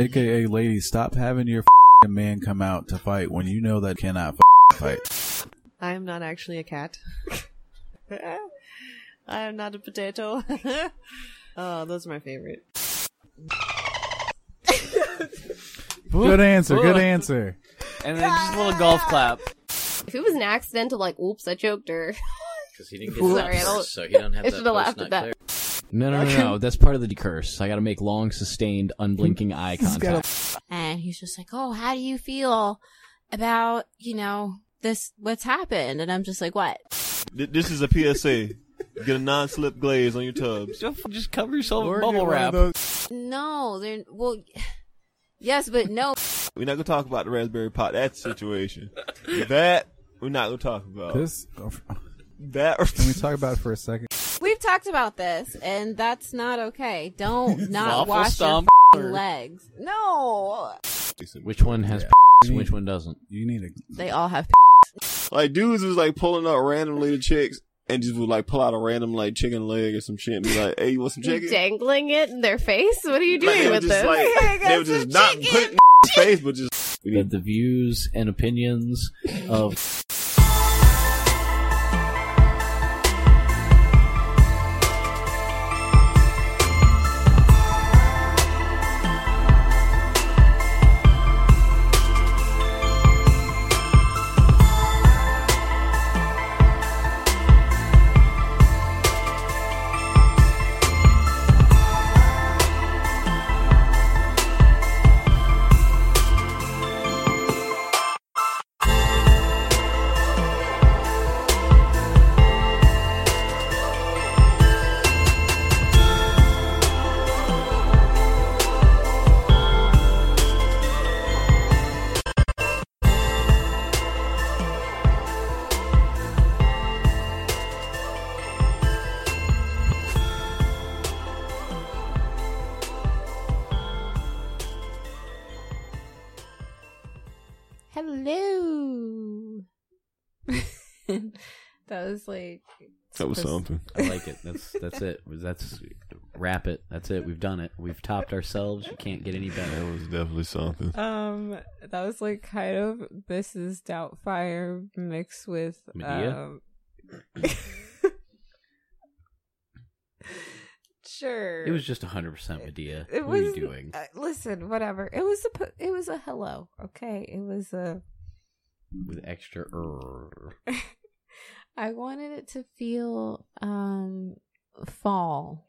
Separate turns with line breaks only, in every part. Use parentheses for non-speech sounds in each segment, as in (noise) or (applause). AKA, ladies, stop having your f man come out to fight when you know that cannot f- fight.
I am not actually a cat. (laughs) I am not a potato. (laughs) oh, those are my favorite.
Good answer. Good answer.
And then just a little golf clap.
If it was an accidental, like, oops, I choked
(laughs)
her.
Because he didn't get that
Sorry, I don't-
first, so he don't
(laughs)
have
I
that
should've laughed
post-nut
at that.
clear.
No, no, no, no. That's part of the curse. I gotta make long, sustained, unblinking eye contact.
and he's just like, "Oh, how do you feel about you know this? What's happened?" And I'm just like, "What?"
Th- This is a PSA. Get a non-slip glaze on your tubs.
Just, just cover yourself in
Or get
bubble
one of
wrap.
those-
No, they're well, (sighs) yes, but no. (laughs)
We're not gonna talk about the Raspberry Pi. That situation. That we're not gonna talk about.
This,
That.
can
(laughs)
we talk about it for a second?
We've talked about this, and that's not okay.
(laughs)
Don't
Waffle
not wash your
stomp
f***ing legs. No,
Which one has
(laughs)
You
and which
need-
one doesn't?
You need a
they all have. (laughs)
Like dudes was like pulling up randomly to chicks and just would like pull out a random like chicken leg or some shit and be like, "Hey, you want some chicken?"
Dangling it in their face? What are you
Like,
doing
they were
with
just
this? (laughs)
(laughs) like they were just not putting in face, but just we
The,
need
the views and opinions of
Hello. (laughs) that was like.
that was something.
I like it. That's that's it. That's wrap it. That's it. We've done it. We've topped ourselves. You can't get any better.
That was definitely something.
Um, that was like kind of this is Doubtfire mixed with
Medea?
um. (laughs) sure.
It was just 100% Medea.
It
what are you
was-
doing?
uh, listen, whatever. It was a po- it was a hello. Okay, it was a.
With extra er.
I wanted it to feel um fall.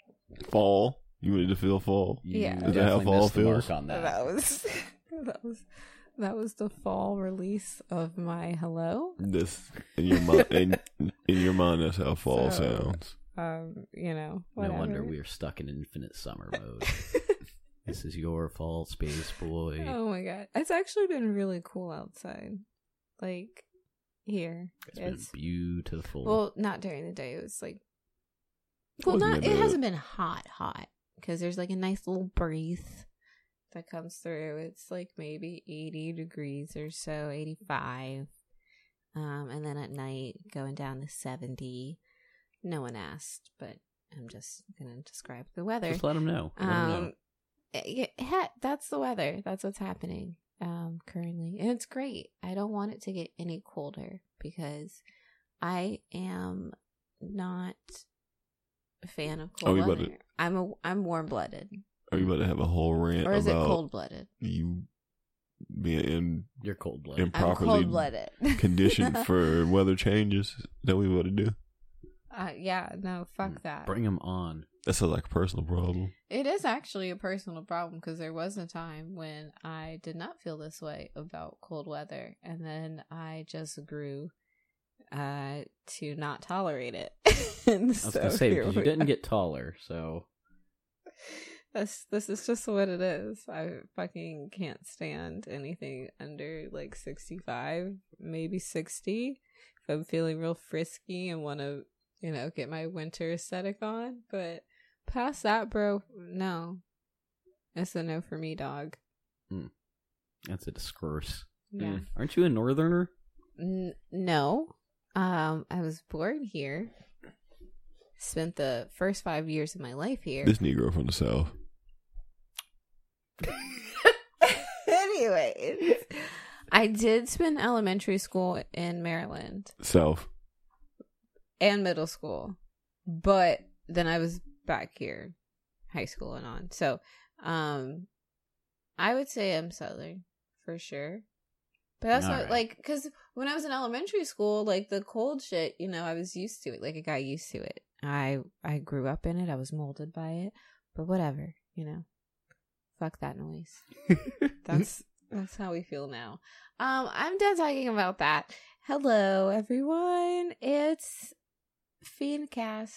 Fall. You wanted to feel fall.
You
Yeah. Is
that how
definitely
fall
missed the mark
feels?
on that.
That was (laughs) that was that was the fall release of my hello.
This in your mind. In, in your mind, that's how fall
So-
sounds.
Um, you know.
No
Whatever.
wonder we are stuck in infinite summer
(laughs)
mode.
(laughs)
this is your fault, space boy.
Oh my god, it's actually been really cool outside. Like here,
it's been
it's
beautiful.
well, not during the day. It was like
Well,
Wasn't
not
that
it
bad.
hasn't been hot, hot because there's like a nice little breeze.
that comes through. It's like maybe 80 degrees or so, 85.
Um, and then at night going down to 70. No one asked, but I'm just gonna describe the weather.
Just let them know. Let 'em know.
Um, it- it ha- that's the weather. That's what's happening um, currently, and it's great. I don't want it to get any colder because I am not a fan of
Are
cold
we about
weather. I'm a I'm warm blooded,
Are you about to have a whole rant
or is it
about
cold blooded?
you being in
You're cold blooded.
Im-
I'm
Properly
cold blooded.
(laughs)
condition
(laughs)
for weather changes? Is That we about to do.
Uh, yeah, no,
Mm.
fuck that.
Bring them on.
That sounds like a personal problem.
It is actually a personal problem because there was a time when I did not feel this way about cold weather, and then I just grew
uh, to not tolerate
(laughs)
it. I
I was gonna say because you didn't get taller, so
This this is just what it is. I fucking can't stand anything under like sixty five, maybe sixty. If I'm feeling real frisky and want to, you know, get my winter aesthetic on, but past that, bro, no, it's a no for me, dog.
that's a discourse.
Yeah.
Mm. Aren't you a northerner?
N- no. Um, I was born here. Spent the first five years of my life here.
This Negro from the South.
Anyways, I did spend elementary school in Maryland
Self.
and middle school, but then I was back here, high school and on. So, um, I would say I'm Southern for sure. But that's
All
what,
right.
like, because when I was in elementary school, like the cold shit, you know, I was used to it. Like, I got used to it. I I grew up in it. I was molded by it. But whatever, you know. Fuck that noise. That's that's how we feel now. Um, I'm done talking about that. Hello, everyone. It's Fiendcast.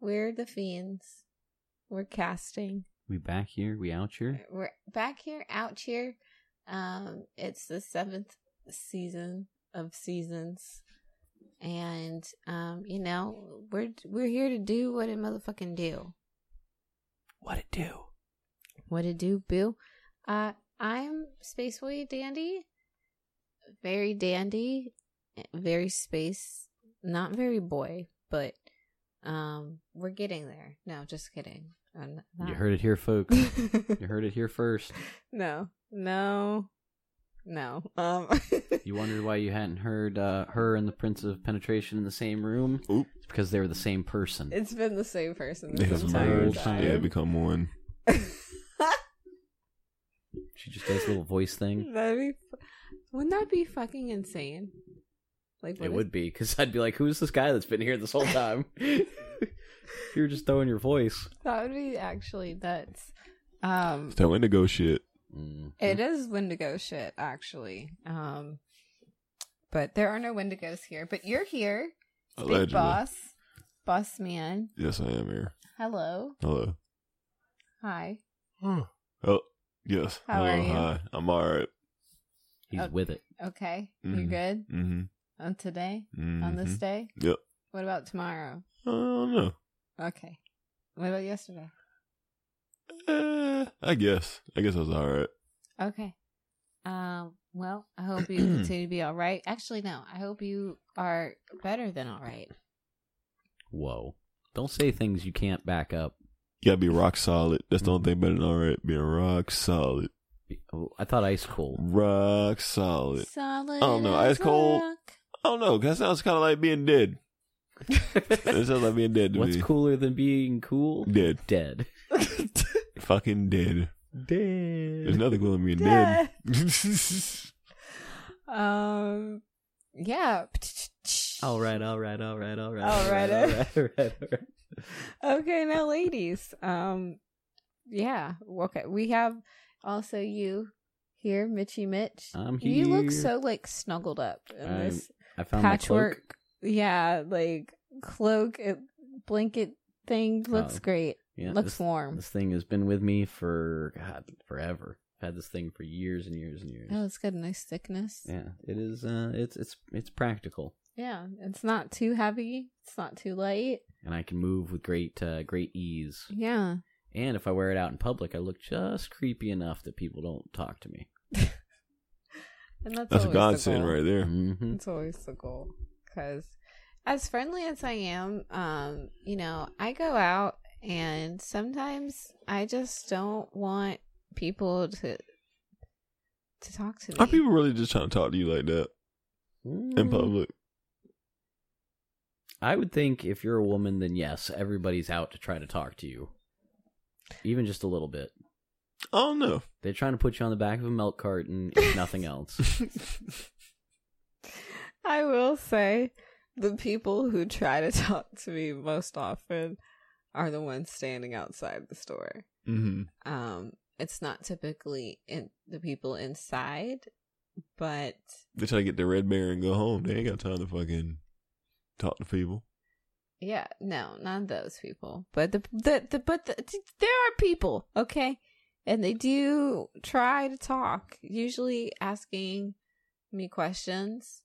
We're the fiends. We're casting.
We back here. We out here.
We're back here, out here. Um, it's the seventh season of seasons, and um, you know we're we're here to do what it motherfucking do.
What it do?
What it do, boo? Uh, I'm Space Boy Dandy. Very dandy, very space, not very boy, but um, we're getting there. No, just kidding. I'm not.
You heard it here, folks.
(laughs)
you heard it here first.
No, no, no. Um,
(laughs)
You wondered why you hadn't heard uh, her and the Prince of Penetration in the same room.
Oop.
It's because they were the same person.
it's been the same person
They
this
have
entire
merged.
merged.
time.
Yeah, become one.
(laughs)
She just does a little voice
Hmm.
thing.
That'd be
Wouldn't that be fucking insane? Like,
It would be because I'd be like, "Who's this guy that's been here this whole (laughs) time?" You're just throwing your voice.
that would be actually nuts. Um,
That Indigo shit.
Mm.
it is Wendigo shit actually. Um, but there are no Wendigos here. But you're here, big
Allegedly.
boss, boss man.
Yes, I am here.
Hello,
Hello.
hi.
Oh, yes.
How
Hello.
are you?
Hi. I'm all right.
He's
Okay.
with it.
Okay, you're
Mhm.
good
Mm-hmm.
on today,
mm-hmm.
on this day.
Yep.
What about tomorrow?
I don't know.
Okay. What about yesterday?
Eh, I guess. I guess I was all right.
Okay. Um. Well, I hope
(clears throat)
you continue to be all right. Actually, no. I hope you are better than all right.
Whoa! Don't say things you can't back up.
You gotta be rock solid. That's the only thing better than all right. Being rock solid.
Oh, I thought ice cold. (laughs)
Rock solid.
Solid.
don't know,
as
ice cold?
rock.
I don't know. 'cause That sounds kind of like being dead. That sounds like being dead
(laughs)
to
What's
me.
cooler than being cool?
Dead.
Dead.
Fucking dead. There's
Dead.
nothing cooler than being dead. (laughs)
Dead. (laughs) Um. Yeah.
All right, all right, all right, all right,
All right,
all right, all right, all right.
Okay, now, ladies. Um. Yeah. Okay. We have also you here, Mitchy Mitch.
I'm
You look
here.
so like snuggled up in
I'm
this
I found my cloak.
patchwork. Yeah, like cloak, it, blanket thing looks
Oh,
great.
Yeah,
looks
this,
warm.
This thing has been with me for God forever. I've had this thing for years and years and years.
Oh, it's got a nice thickness.
Yeah, it is. Uh, it's it's it's practical,
Yeah, it's not too heavy. It's not too light.
and I can move with great uh, great ease.
Yeah.
And if I wear it out in public, I look just creepy enough that people don't talk to me.
And that's,
That's a
always the
godsend
goal.
right there.
hmm
It's always the goal. Because as friendly as I am, um, you know, I go out and sometimes I just don't want people to to talk to me.
Are people really just trying to talk to you like that
Mm-hmm.
in public?
Mm. I would think if you're a woman, then yes, everybody's out to try to talk to you, even just a little bit.
I don't know.
They're trying to put you on the back of a milk carton,
(laughs)
if nothing else.
I will say the people who try to (laughs) talk to me most often are the ones standing outside the store.
mm-hmm.
Um, it's not typically in the people inside, but
They try to get the red bear and go home. They ain't got time to fucking talk to people.
yeah, no, not those people. But the the, the but the, there are people, okay, and they do try to talk, usually asking me questions.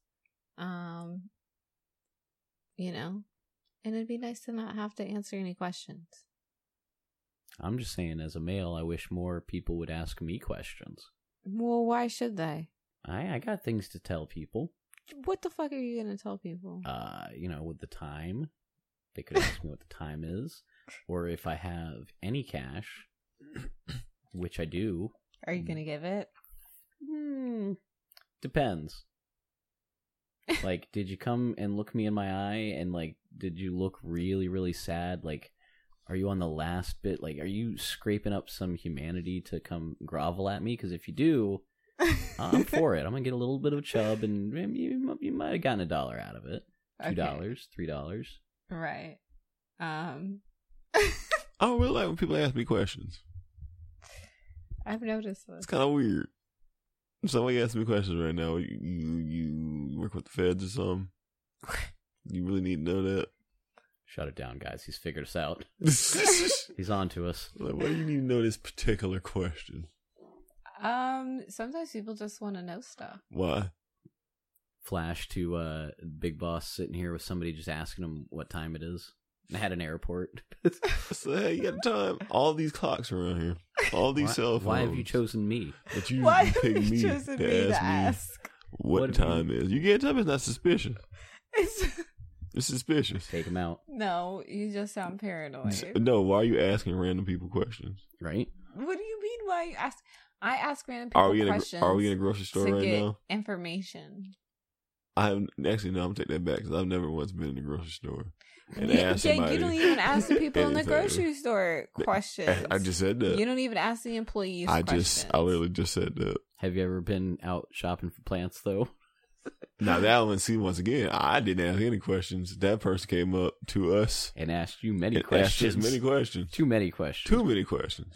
Um, you know, and it'd be nice to not have to answer any questions.
I'm just saying, as a male, I wish more people would ask me questions.
Well, why should they?
I I got things to tell people.
What the fuck are you gonna tell people?
uh, you know, with the time. They could ask me what the time is, or if I have any cash, which I do.
Are you gonna give (laughs) it?
Hmm. Depends. like, did you come and look me in my eye and like did you look really, really sad? Like are you on the last bit? Like are you scraping up some humanity to come grovel at me? Because if you do, I'm for it. I'm gonna get a little bit of chub and maybe you, you might have gotten a dollar out of it. Two
Okay.
dollars, three dollars.
Right. Um
I don't really like when people ask me questions.
I've noticed
It's
this.
kind of weird. Somebody asked me questions right now. You, you you work with the feds
(laughs)
or something? You really need to know that.
Shut it down, guys. He's figured us out.
(laughs) like,
He's on to us.
why do you need to know this particular question?
Um sometimes people just wanna know stuff.
Why?
Flash to uh, Big Boss sitting here with somebody just asking him what time it is at an
(laughs)
airport.
So hey, you got time. All these clocks around here. All these
why,
cell phones.
Why have you chosen me?
But you
Why
usually
have
pick
you
me to ask
chosen me to
me
ask?
what,
What have
time is. You get time, it's not suspicious.
It's, (laughs)
It's suspicious.
Take him out,
no, you just sound paranoid.
No, why are you asking random people questions?
right?
What do you mean? Why you ask? I ask random people
Are we in a
questions.
are we in a grocery store
to
right
get
now?
information?
I have actually no. I'm gonna take that back because I've never once been in a grocery store and asked
yeah,
somebody.
you don't even ask
(laughs)
the people in the
anything.
grocery store questions.
I just said that.
you don't even ask the employees.
I
questions.
just, I literally just said that.
Have you ever been out shopping for plants though?
Now that one, see, once again, I didn't ask any questions. That person came up to us
And asked you many
and
questions.
asked us many questions,
Too many questions.
too many questions,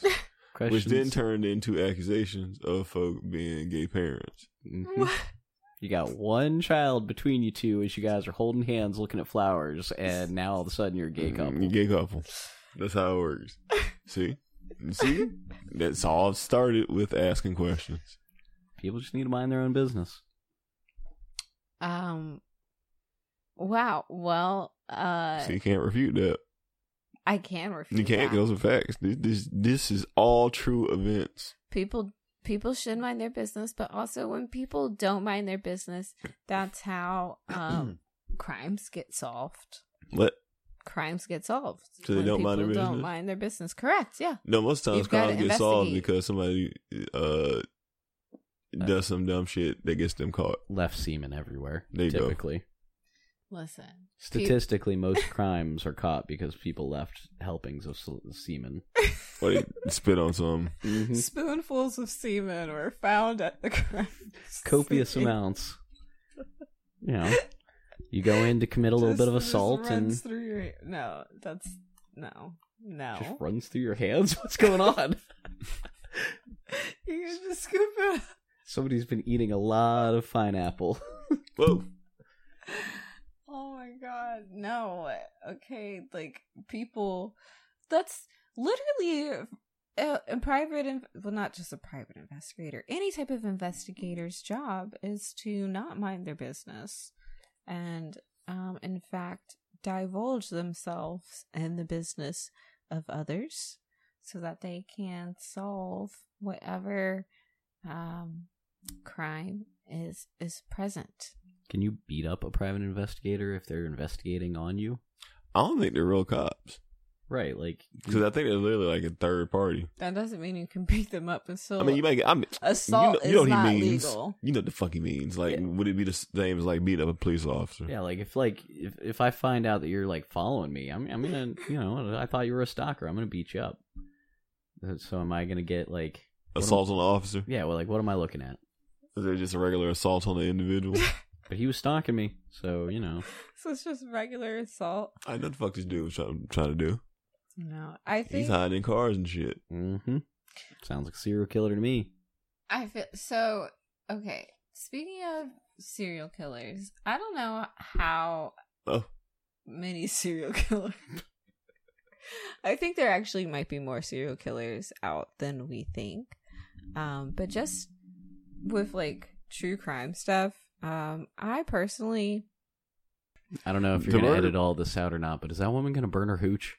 questions.
which then turned into accusations of folk being gay parents.
Mhm. You got one child between you two as you guys are holding hands looking at flowers, and now all of a sudden you're a gay couple.
Mm, Gay couple. That's how it works. see, see, that's all started with asking questions.
People just need to mind their own business.
Um. Wow. Well, uh,
so you can't refute that.
I can refute.
You can't.
that.
Those are facts. This, this, this is all true events.
people people should mind their business but also when people don't mind their business that's how
(clears throat)
um crimes get solved
But
crimes get solved
So they
when
don't
people
mind their
don't
business?
mind their business correct yeah
No, most times
You've gotta
crimes get solved
investigate.
because somebody uh does some dumb shit that gets them caught.
Left semen everywhere,
There you go.
typically.
listen
Statistically, most (laughs) crimes are caught because people left helpings of se- semen. (laughs)
Or they spit on some.
(laughs) Mm-hmm. Spoonfuls of semen were found at the crime.
Copious amounts. You know, you go in to commit a little bit of assault and
runs through your no. That's no, no. (laughs)
just runs through your hands. (laughs) What's going on?
you can just scoop it. up.
Somebody's been eating a lot of pineapple. (laughs)
Whoa.
Oh my god, no. Okay, like people. That's literally a, a private, in, well, not just a private investigator. Any type of investigator's job is to not mind their business, and um, in fact, divulge themselves and the business of others, so that they can solve whatever um, crime is is present.
Can you beat up a private investigator if they're investigating on you?
I don't think they're real cops.
Right, like
Because I think they're literally like a third party.
That doesn't mean you can beat them up and still
I mean, you might get. I mean,
assault
you know, you know
is
what
not
he means.
legal.
You know what the fuck he means. Like, would it be the same as like beating up a police officer?
yeah, like if like if, if I find out that you're like following me, I'm I'm gonna (laughs) you know I thought you were a stalker. I'm gonna beat you up. Uh, So am I gonna get like what am-
Assault on an officer?
yeah, well, like what am I looking at?
Is it just a regular assault on an individual?
(laughs) But he was stalking me, so you know
So it's just regular assault.
I know the fuck this dude was trying, trying to do.
No, I
He's
think
hiding in cars and shit.
hmm sounds like a serial killer to me.
i feel so okay speaking of serial killers i don't know how
Oh,
many serial (laughs) killers. I think there actually might be more serial killers out than we think. Um, but just with like true crime stuff, um, I personally
I don't know if you're
The
gonna
murder-
edit all this out or not, but is that woman gonna burn her hooch?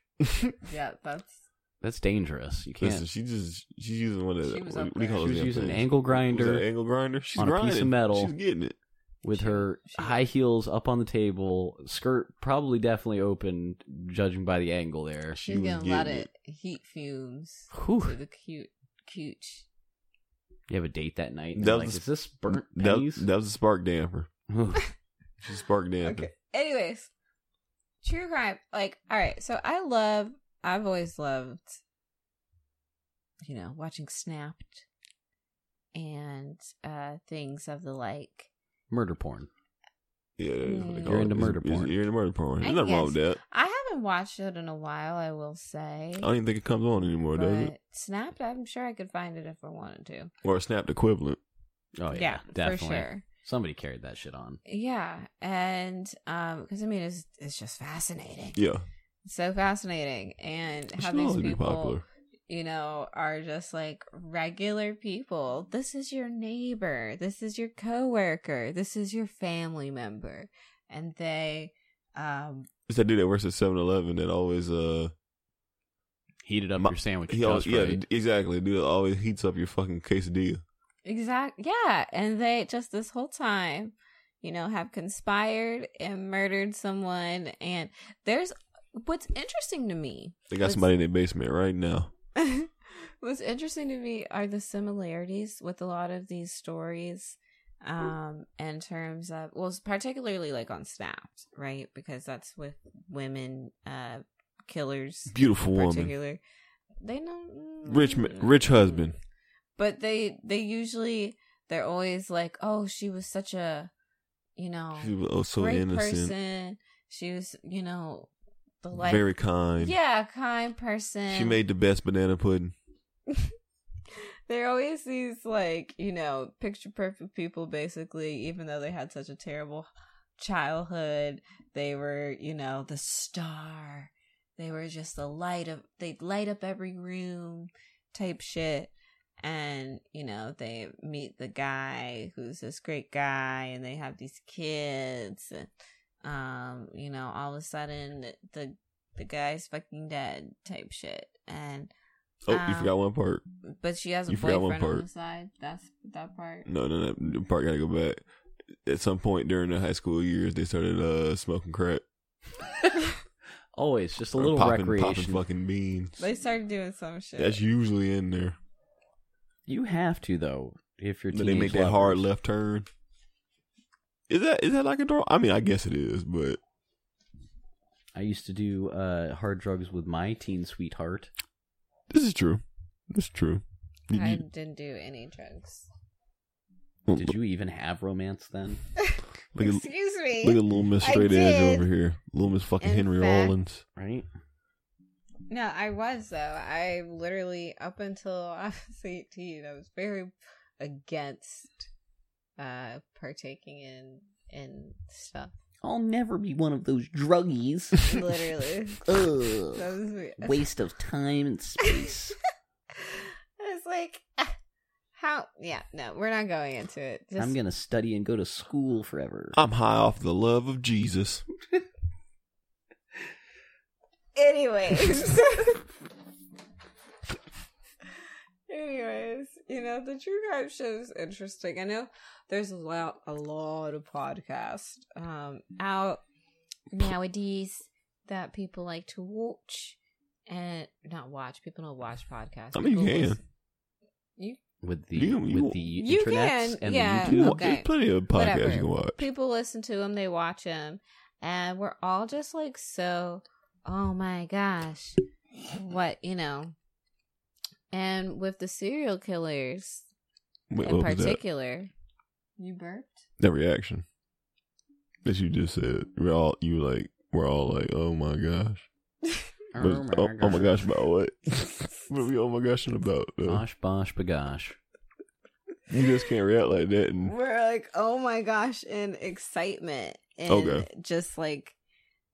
yeah, that's
That's dangerous. You can't
listen, she just she's using one of
She
the,
was
what,
up
do you
there.
She
call those
was
damn
using an
things?
angle grinder
Was that an angle grinder. She's
on a piece of
grinding.
metal.
She's getting it.
with her
she-
high heels up on the table, skirt probably definitely open, judging by the angle there.
She
she's
was
gonna let
getting
it heat fumes
Whew.
to the cute cute
You have a date that night. And
That
they're like,
was-
is this burnt
That,
pennies?
that was a spark damper.
Ooh.
It's a spark damper.
Okay. Anyways, true crime. Like, all right. So I love. I've always loved, you know, watching Snapped and uh things of the like.
Murder porn.
Yeah, that's what they
Yeah.
call
You're
it.
into
It's-
murder
it's-
porn.
You're into murder porn.
Mm. I
There's nothing wrong with that.
I haven't watched it in a while. I will say.
I don't even think it comes on anymore, does it?
but Snapped, I'm sure I could find it if I wanted to.
Or a snapped equivalent.
Oh yeah, definitely.
for sure.
Somebody carried that shit on.
Yeah, and um, because I mean, it's it's just fascinating.
Yeah.
so fascinating and
It
how
should
these
always be
people
popular.
you know are just like regular people this is your neighbor this is your coworker this is your family member and they um
It's that dude that works at 7 Eleven that always, uh,
Heated up
My-
your sandwich.
he always,
just
yeah,
right.
exactly. Dude that always heats up your fucking quesadilla.
exact yeah and they just this whole time you know have conspired and murdered someone and there's what's interesting to me
They got
Let's-
somebody in their basement right now.
(laughs) What's interesting to me are the similarities with a lot of these stories, um, in terms of well, particularly like on Snapped, right? Because that's with women, uh, killers,
Beautiful
in
woman.
particular. They know
Rich, ma- rich husband.
but they they usually they're always like, oh, she was such a, you know,
She was oh so
great
innocent.
person. She was, you know, the life,
Very kind.
yeah, kind person.
She made the best banana pudding.
There are always these like you know picture perfect people basically even though they had such a terrible childhood they were you know the star they were just the light of they light up every room type shit and you know they meet the guy who's this great guy and they have these kids and um you know all of a sudden the the guy's fucking dead type shit and
Oh, you
Um,
forgot one part.
but she has a
You forgot one
boyfriend on
part.
the side. That's that part.
No, no, no. the Part gotta go back. At some point during the high school years, they started uh smoking crack.
Always just a
Or
little
popping,
recreation.
Popping fucking beans.
They started doing some shit.
That's usually in there.
you have to though if you're.
But they
teenage
make that hard
lovers.
left turn. Is that is that like a door? I mean, I guess it is, but
I used to do uh, hard drugs with my teen sweetheart.
this is true. This is true. You-
I
you-
didn't do any drugs.
Did you even have romance then?
look, at, look
Excuse me.
at little Miss
I
Straight Edge
did.
over here. Little Miss fucking
In
Henry
fact-
Rollins.
Right?
No, I was though. I literally up until (laughs) I was eighteen, I was very against uh partaking in in stuff.
I'll never be one of those druggies.
Literally,
Ugh.
that was me.
Waste of time and space.
(laughs) I was like, ah, how? Yeah, no, we're not going into it. Just,
I'm gonna study and go to school forever.
(laughs) I'm high off the love of Jesus. (laughs)
Anyways. Anyways, you know, the true crime show is interesting. I know there's a lot a lot of podcasts um out nowadays that people like to watch and not watch. People don't watch podcasts.
I mean, you
People
can.
listen-
with the
You- you-
with the
You
internets
can,
and
yeah.
the
You
YouTube.
wa- There's
Okay.
plenty of podcasts
Whatever.
you can watch.
People listen to them, they watch them, and we're all just like so. Oh my gosh, what you know? And with the serial killers
Wait,
in
what was that?
particular, you burped.
That reaction that you just said. We're all you were like. We're all like, oh my gosh. But- Oh, oh, my gosh, about what? (laughs) what are we oh my goshing about? though?
Bosh bosh bagosh.
You just can't react like that. And
We're like, oh my gosh, in excitement and
Okay.
just like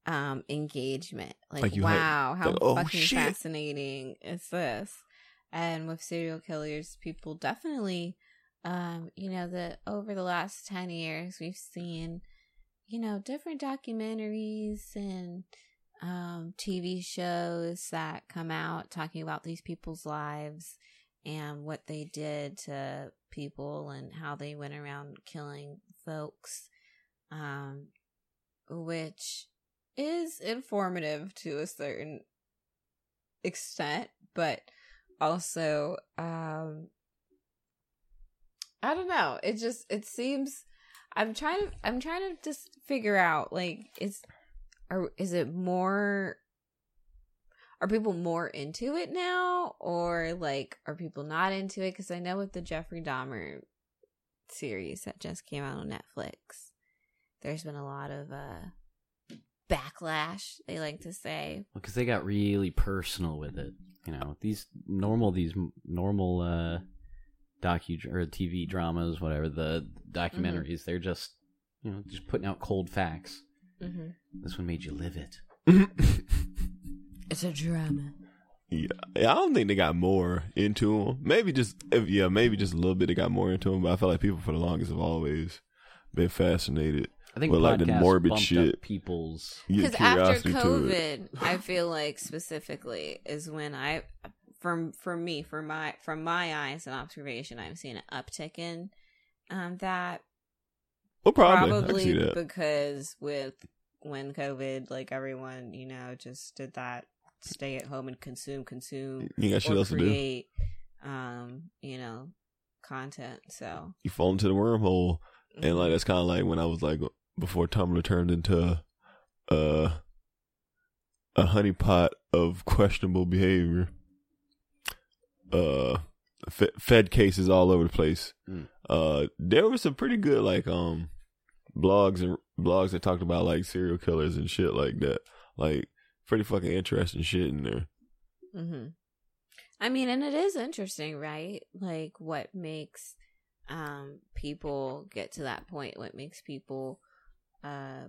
um engagement. Like,
Like you hype-
wow, how
like, oh,
fucking
shit.
fascinating is this? And with serial killers, people definitely um, you know, the over the last ten years we've seen, you know, different documentaries and um TV shows that come out talking about these people's lives and what they did to people and how they went around killing folks um which is informative to a certain extent but also um I don't know. It just it seems I'm trying to I'm trying to just figure out like is are is it more are people more into it now or like are people not into it cuz I know with the Jeffrey Dahmer series that just came out on Netflix there's been a lot of uh backlash they like to say
because they got really personal with it. You know, these normal these m- normal uh, docu or TV dramas, whatever the
Mm-hmm.
documentaries, they're just you know just putting out cold facts.
mm-hmm.
This one made you live
(laughs)
it.
it's a drama
Yeah, I don't think they got more into them. Maybe just if, yeah, maybe just a little bit. They got more into them, but I feel like people for the longest have always been fascinated.
I think
Well, like the
podcasts
morbid
bumped up
shit.
people's
You get
because after
curiosity to it.
COVID, I feel like specifically is when I, from for me, for my from my eyes and observation, I'm seeing an uptick in um, that
Well, Oh, probably, I can
probably
see that.
because with when COVID, like everyone, you know, just did that stay at home and consume, consume,
You got shit
or
else to do.
create, um, you know, content. So
You fall into the wormhole, and like that's kind of like when I was like before Tumblr turned into uh, a honeypot of questionable behavior. Uh, fe- Fed cases all over the place.
Mm.
Uh, there were some pretty good like um blogs and blogs that talked about like serial killers and shit like that. Like pretty fucking interesting shit in there.
Mm-hmm. I mean, and it is interesting, right? Like, what makes um, people get to that point? What makes people uh,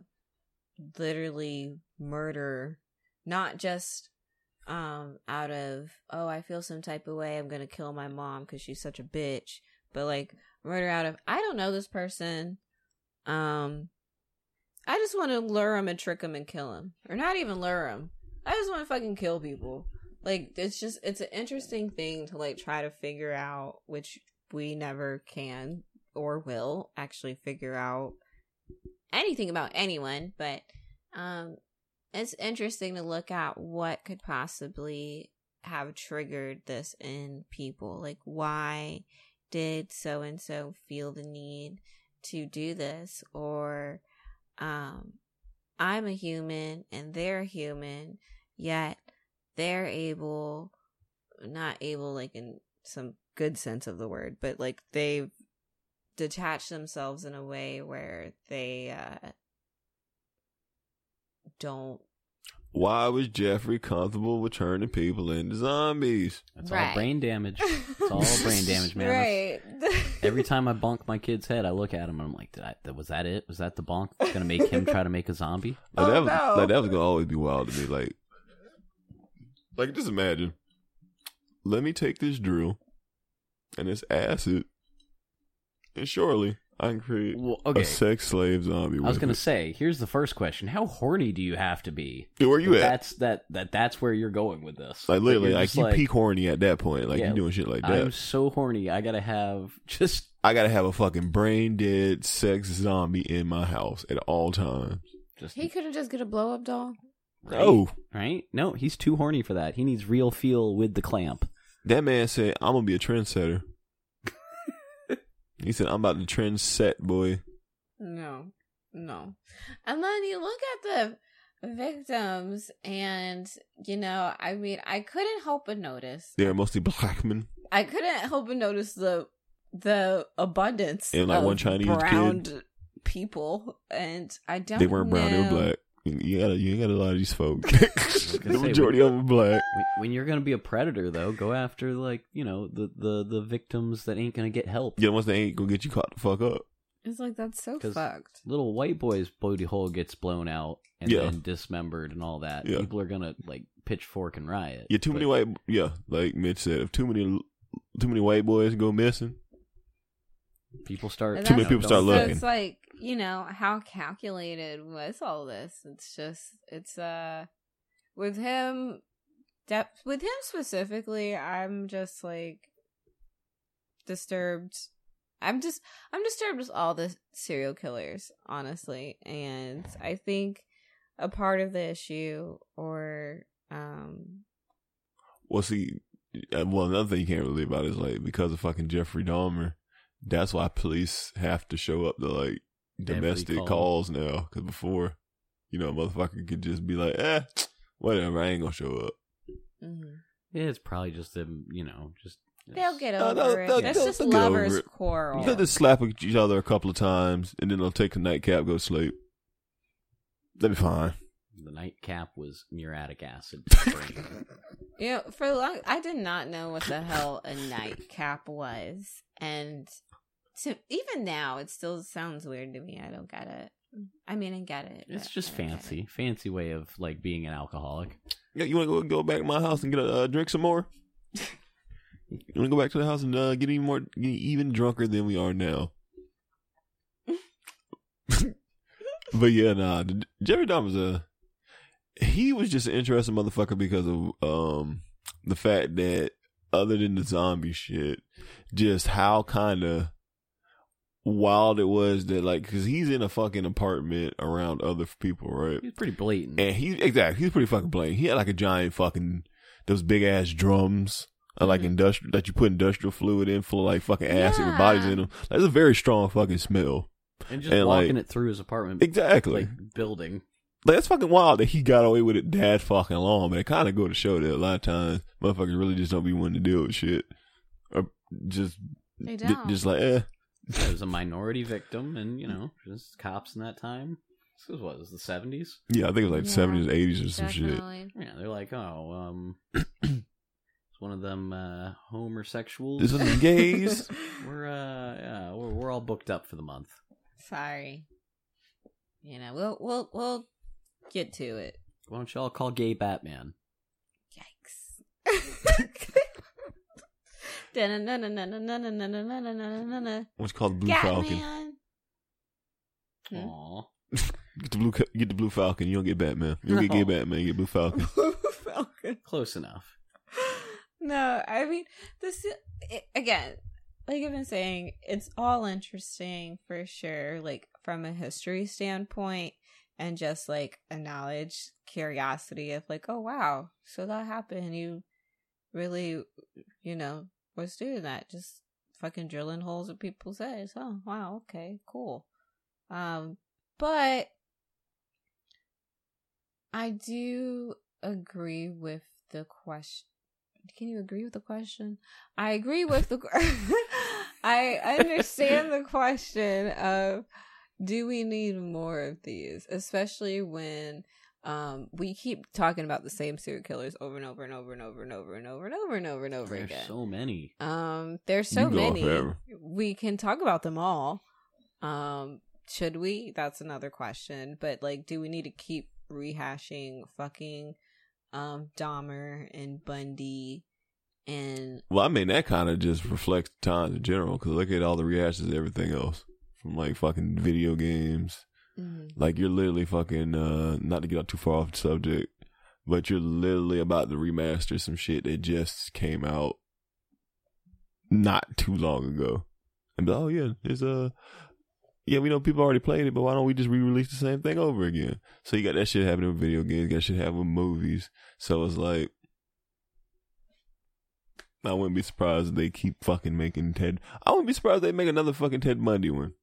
literally murder, not just um, out of, oh, I feel some type of way, I'm going to kill my mom because she's such a bitch, but like murder out of, I don't know this person. Um, I just want to lure him and trick him and kill him. Or not even lure him. I just want to fucking kill people like it's just it's an interesting thing to like try to figure out which we never can or will actually figure out anything about anyone but um it's interesting to look at what could possibly have triggered this in people like why did so and so feel the need to do this or um i'm a human and they're human yet they're able not able like in some good sense of the word but like they've detached themselves in a way where they uh don't
Why was Jeffrey comfortable with turning people into zombies?
That's all
Right.
brain
(laughs)
damage. It's all brain damage, man. That's-
right (laughs)
Every time I bonk my kid's head, I look at him and I'm like, Did I, "Was that it? Was that the bonk that's gonna make him try to make a
(laughs)
zombie?"
Like,
Oh,
that was,
no.
like that was gonna always be wild to me. Like, like just imagine. Let me take this drill and this acid, and surely I can create
Well, okay.
a sex slave zombie.
I was
with
gonna
it.
say, here's the first question: How horny do you have to be?
Dude, where you
That
at?
That's that that that's where you're going with this.
like literally,
You're
like
just
you peak horny at that point. Like
Yeah,
you doing shit like that.
I'm so horny. I gotta have (laughs) just
I gotta have a fucking brain dead sex zombie in my house at all times.
just
He couldn't just get a blow up doll.
right?
Oh,
right. No, he's too horny for that. He needs real feel with the clamp.
that man said I'm gonna be a trendsetter. (laughs) he said I'm about to trend set, boy.
No, no. And then you look at the victims, and you know, I mean, I couldn't help but notice.
They're mostly black men.
I couldn't help but notice the the abundance
And, like,
of
one Chinese kid.
browned people, and I don't.
They weren't brown; they were
know-
black. You- You gotta, you ain't gotta lie to these
(laughs)
folks.
gonna
the
say,
majority of them black.
When- When you're gonna be a predator, though, go after like you know the the the victims that ain't gonna get help.
Yeah, once they ain't gonna get you caught the fuck up.
It's like that's so
'Cause-
fucked.
Little white boy's booty hole gets blown out and
Yeah.
then dismembered and all that.
Yeah.
People are gonna like pitchfork and riot.
Yeah, too many
But-
white. Yeah, like Mitch said, if too many, too many white boys go missing,
people start.
Too many
no,
people
don't-
start
so
looking.
it's like you know how calculated was all this it's just it's uh with him depth with him specifically i'm just like disturbed i'm just i'm disturbed with all the serial killers honestly and i think a part of the issue or um
well, see, uh, well, another thing you can't really about is like because of fucking Jeffrey Dahmer, That's why police have to show up to like
Every
domestic
call.
calls now. Because before, you know, a motherfucker could just be like, eh, whatever, I ain't gonna show up.
Mhm.
Yeah, it's probably just them, you know, just
They'll get
No,
over
no,
it.
no,
That's
no,
just
they'll get over
lovers'
it.
quarrel.
They'll just slap each other a couple of times and then they'll take a nightcap, go to sleep. They'll be fine.
the nightcap was muriatic
(laughs)
acid.
You know, for long, I did not know what the hell a nightcap was, and to even now, it still sounds weird to me. I don't get it. I mean, I get it.
it's
but
just
I don't get
fancy, fancy way of like being an alcoholic.
Yeah, you want to go, go back to my house and get a uh, drink some more? you want to go back to the house and uh, get even more, get even drunker than we are now? (laughs) but yeah, nah. d- Jeffrey Dahmer was a uh, he was just an interesting motherfucker because of um the fact that other than the zombie shit, just how kind of wild it was that like because he's in a fucking apartment around other people, right?
It's pretty blatant.
And he exactly he's pretty fucking plain. He had like a giant fucking those big ass drums. uh, Like
Mm-hmm.
industrial that you put industrial fluid in for like fucking acid with bodies in them. That's a very strong fucking smell.
and just
and,
walking
like-
it through his apartment
Exactly. Like,
like building.
that's fucking wild that he got away with it that fucking long, but it kinda go to show that a lot of times motherfuckers really just don't be willing to deal with shit. Or just
They
j-
don't.
just like
(laughs)
eh.
It was a minority victim, and you know, just cops in that time. This was what it was the seventies.
Yeah, I think it was like
Yeah,
seventies, eighties or
it.
some shit.
Definitely.
Yeah, they're like, oh,
(clears throat)
um, it's one of them uh, homosexuals.
This is
(laughs)
gays.
We're uh, yeah, we're, we're all booked up for the month.
Sorry. You know, we'll we'll we'll get to it.
Why don't y'all call gay Batman?
(laughs) Yikes. Da-na-na-na-na-na-na-na-na-na-na-na-na-na.
What's called the Blue Falcon.
Catman. Hmm.
Aw,
Get the blue Ca- get the Blue Falcon, you don't get Batman. You don't get gay
No.
Batman, you get Blue Falcon.
(laughs)
Falcon.
close enough.
no, I mean this i again. Like I've been saying, it's all interesting for sure. Like from a history standpoint, and just like a knowledge curiosity of like, oh wow, so that happened. You really, you know, was doing that, just fucking drilling holes in people's heads. Oh wow, okay, cool. Um, but I do agree with the question. Can you agree with the question? I agree with the. (laughs) I understand the question of do we need more of these, especially when um we keep talking about the same serial killers over and over and over and over and over and over and over and over and over
There's
again.
so many.
Um, there's
You
so
can go on
many.
forever.
We can talk about them all. Um, should we? That's another question. But like, do we need to keep rehashing fucking um Dahmer and Bundy and
Well, I mean, that kind of just reflects times in general because look at all the reactions to everything else from like fucking video games.
mm,
Like, you're literally fucking, uh, not to get out too far off the subject, but you're literally about to remaster some shit that just came out not too long ago. And be like, oh, yeah, it's uh, yeah, we know people already played it, but why don't we just re release the same thing over again? So you got that shit happening with video games, you got shit happening with movies. So it's like, I wouldn't be surprised if they keep fucking making Ted. I wouldn't be surprised if they make another fucking Ted Bundy one.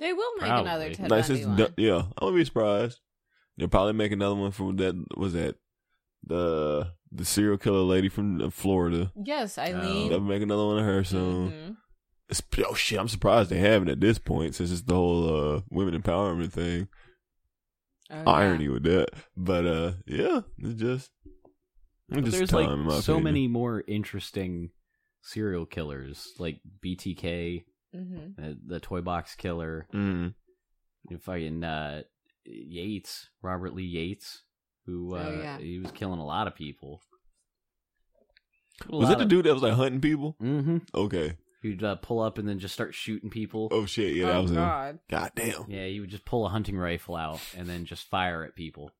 they will make
Probably.
another Ted
Like,
Bundy
since
one.
du- yeah, I wouldn't be surprised. They'll probably make another one from that. Was that the the serial killer lady from uh, Florida?
yes,
They'll
Eileen.
make another one of her soon.
Mhm.
It's, oh shit! I'm surprised they haven't at this point since it's the whole uh, women empowerment thing.
Oh, yeah.
Irony with that, but uh, yeah, it's just. it's
But
just
there's
time,
like
in my
so
opinion.
many more interesting serial killers, like BTK,
Mhm.
the, the toy box killer,
Mm.
and fucking uh, Yates, Robert Lee Yates, who
Oh,
uh,
yeah.
he was killing a lot of people.
Was it the dude that was like hunting people?
Mm-hmm.
Okay.
Who'd uh, pull up and then just start shooting people?
Oh shit! Yeah, that
oh
was him.
God,
God damn.
Yeah, he would just pull a hunting rifle out and then just fire at people.